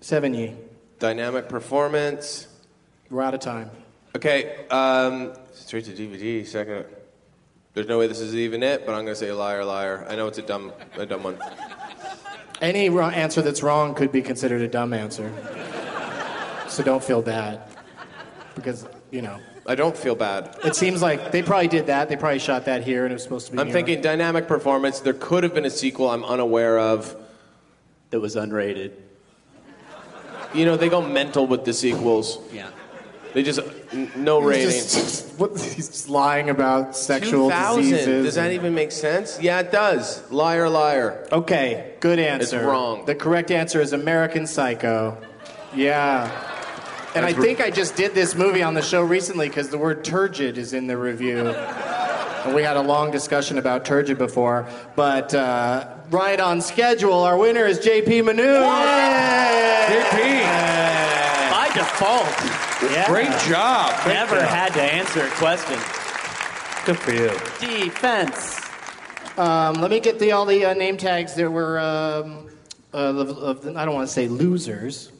S2: Sevigny.
S5: dynamic performance.
S2: We're out of time.
S5: Okay, um, straight to DVD. Second. There's no way this is even it, but I'm gonna say liar, liar. I know it's a dumb, a dumb one.
S2: Any wrong answer that's wrong could be considered a dumb answer. so don't feel bad. Because, you know,
S5: I don't feel bad.
S2: it seems like they probably did that. They probably shot that here and it was supposed to be.
S5: I'm
S2: here.
S5: thinking dynamic performance. There could have been a sequel I'm unaware of.
S4: That was unrated.
S5: You know, they go mental with the sequels.
S4: Yeah.
S5: They just n- no
S2: He's
S5: rating.
S2: just- what, he's just lying about sexual
S5: 2000.
S2: diseases.
S5: Does that even make sense? Yeah, it does. Liar, liar.
S2: Okay, good answer.
S5: It's wrong.
S2: The correct answer is American Psycho. Yeah. And I
S5: That's r-
S2: think I just did this movie on the show recently because the word turgid is in the review. And we had a long discussion about turgid before. But uh, right on schedule, our winner is JP Manu.
S1: JP.
S4: By default.
S2: Yeah.
S1: Great job. Great
S4: Never
S1: job.
S4: had to answer a question.
S28: Good for you.
S4: Defense.
S2: Um, let me get the, all the uh, name tags that were, um, uh, of, of the, I don't want to say losers.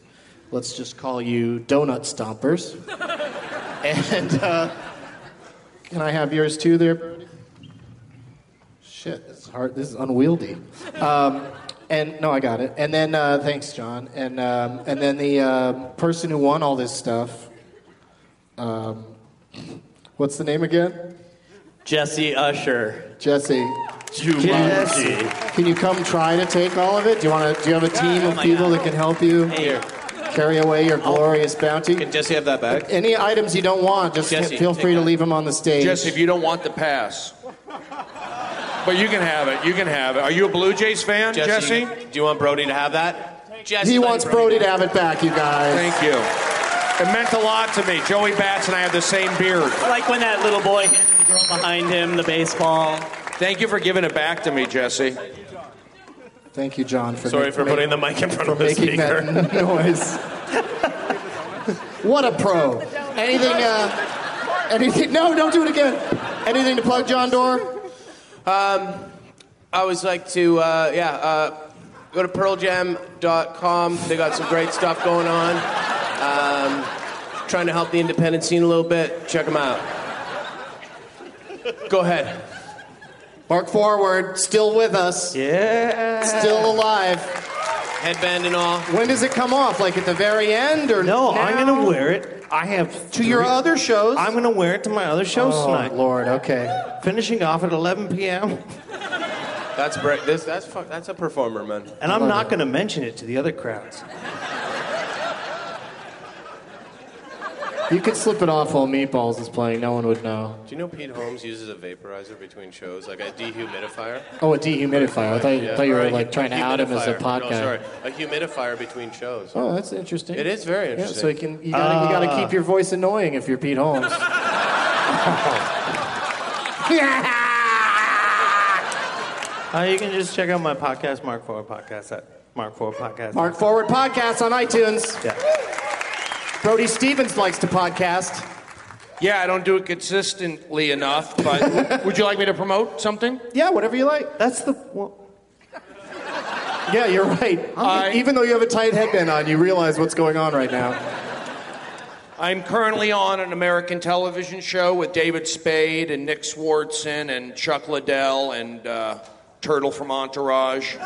S2: Let's just call you donut stompers. and uh, can I have yours too there, Brody? Shit, this is hard. This is unwieldy. Um, and no, I got it. And then uh, thanks, John. And um, and then the uh, person who won all this stuff. Um, what's the name again?
S4: Jesse Usher.
S2: Jesse. Can you come try to take all of it? Do you want to? Do you have a team of people that can help you carry away your glorious bounty? Can
S5: Jesse have that back?
S2: Any items you don't want, just
S1: Jesse,
S2: feel
S1: take
S2: free to
S1: that.
S2: leave them on the stage.
S1: Jesse, if you don't want the pass. But you can have it. You can have it. Are you a Blue Jays fan, Jesse?
S5: Jesse, do you want Brody to have that?
S2: he wants Brody to have it back, you guys.
S1: Thank you. It meant a lot to me. Joey Bats and I have the same beard.
S4: I like when that little boy handed the girl behind him the baseball.
S1: Thank you for giving it back to me, Jesse.
S2: Thank you, John, for
S1: Sorry
S2: ma-
S1: for
S2: ma-
S1: putting the mic in front
S2: for
S1: of the
S2: making that
S1: speaker.
S2: noise. what a pro! Anything? Uh, anything? No, don't do it again. Anything to plug, John Door?
S5: Um, I was like to, uh, yeah, uh, go to pearljam.com. They got some great stuff going on. Um, trying to help the independent scene a little bit. Check them out. Go ahead.
S2: Mark Forward, still with us.
S28: Yeah.
S2: Still alive.
S5: Headband and all.
S2: When does it come off? Like at the very end or
S28: No, I'm
S2: now?
S28: gonna wear it. I have
S2: To your other shows?
S28: I'm gonna wear it to my other shows
S2: Oh,
S28: tonight.
S2: Lord, okay.
S28: Finishing off at 11 p.m.
S5: That's break. This, that's fu- that's a performer, man.
S28: And I'm not gonna mention it to the other crowds.
S2: You could slip it off while Meatballs is playing. No one would know.
S5: Do you know Pete Holmes uses a vaporizer between shows, like a dehumidifier?
S2: Oh, a dehumidifier. I thought you,
S5: Yeah.
S2: thought you
S5: Or
S2: were
S5: a
S2: like trying to out him as a
S5: humidifier.
S2: podcast.
S5: No, sorry, a humidifier between shows.
S2: Oh, that's interesting.
S5: It is very
S2: Yeah,
S5: interesting.
S2: so you can you gotta, you
S5: Ah.
S2: gotta keep your voice annoying if you're Pete Holmes.
S28: Uh, you can just check out my podcast, Mark Forward Podcast, at Mark Forward Podcast.
S2: Mark Forward podcast on iTunes.
S28: Yeah.
S2: Brody Stevens likes to podcast.
S1: Yeah, I don't do it consistently enough, but would you like me to promote something?
S2: Yeah, whatever you like.
S28: That's the. Well,
S2: yeah, you're right. Even though you have a tight headband on, you realize what's going on right now.
S1: I'm currently on an American television show with David Spade and Nick Swartzen and Chuck Liddell and uh, Turtle from Entourage.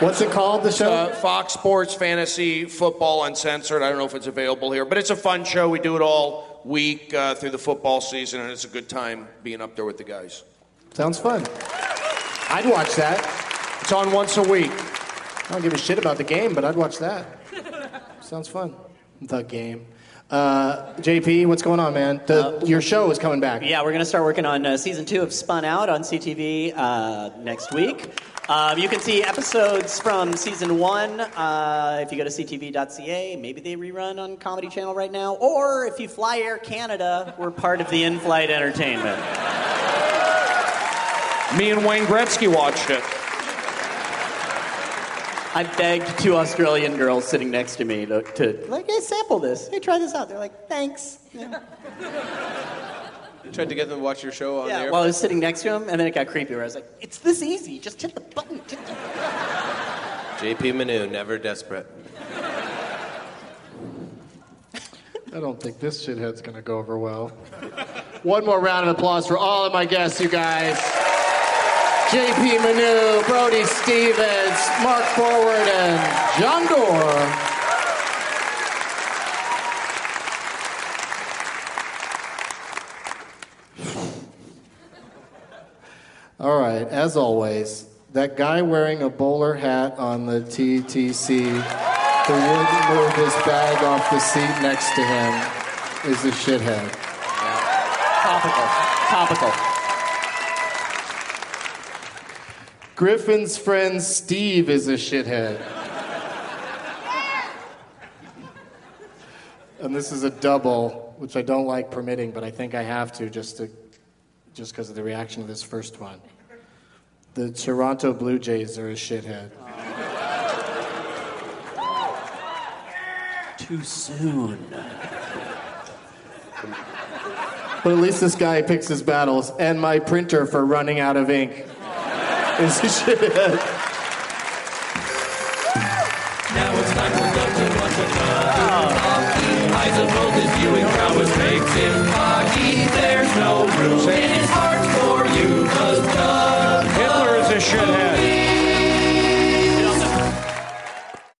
S2: What's it called? The show?
S1: Uh, Fox Sports Fantasy Football Uncensored. I don't know if it's available here, but it's a fun show. We do it all week uh, through the football season, and it's a good time being up there with the guys.
S2: Sounds fun. I'd watch that.
S1: It's on once a week.
S2: I don't give a shit about the game, but I'd watch that. Sounds fun. The game. Uh, JP, what's going on, man? The, your show is coming back.
S4: Yeah, we're going to start working on uh, season two of Spun Out on CTV uh, next week. Um, you can see episodes from season one uh, if you go to ctv.ca. Maybe they rerun on Comedy Channel right now. Or if you fly Air Canada, we're part of the in flight entertainment.
S29: Me and Wayne Gretzky watched it.
S4: I begged two Australian girls sitting next to me to, to like, hey, sample this. Hey, try this out. They're like, thanks. Yeah.
S1: You tried to get them to watch your show on
S4: Yeah,
S1: there.
S4: well, I was sitting next to him, and then it got creepy. Where I was like, "It's this easy. Just hit the button."
S1: JP Manu, never desperate.
S2: I don't think this shithead's going to go over well. One more round of applause for all of my guests, you guys. JP Manu, Brody Stevens, Mark Forward, and John Doerr. All right, as always, that guy wearing a bowler hat on the TTC who wouldn't move his bag off the seat next to him is a shithead.
S4: Topical. Topical.
S2: Griffin's friend Steve is a shithead. and this is a double, which I don't like permitting, but I think I have to just to just because of the reaction of this first one. The Toronto Blue Jays are a shithead.
S24: Too soon.
S2: But at least this guy picks his battles, and my printer for running out of ink is a shithead.
S27: Now it's time for Dungeon Lunch and Hockey. Eisenhold is Ewing prowess makes him hockey. There's no room in his heart for you, cause Doug
S29: Hitler is a shithead.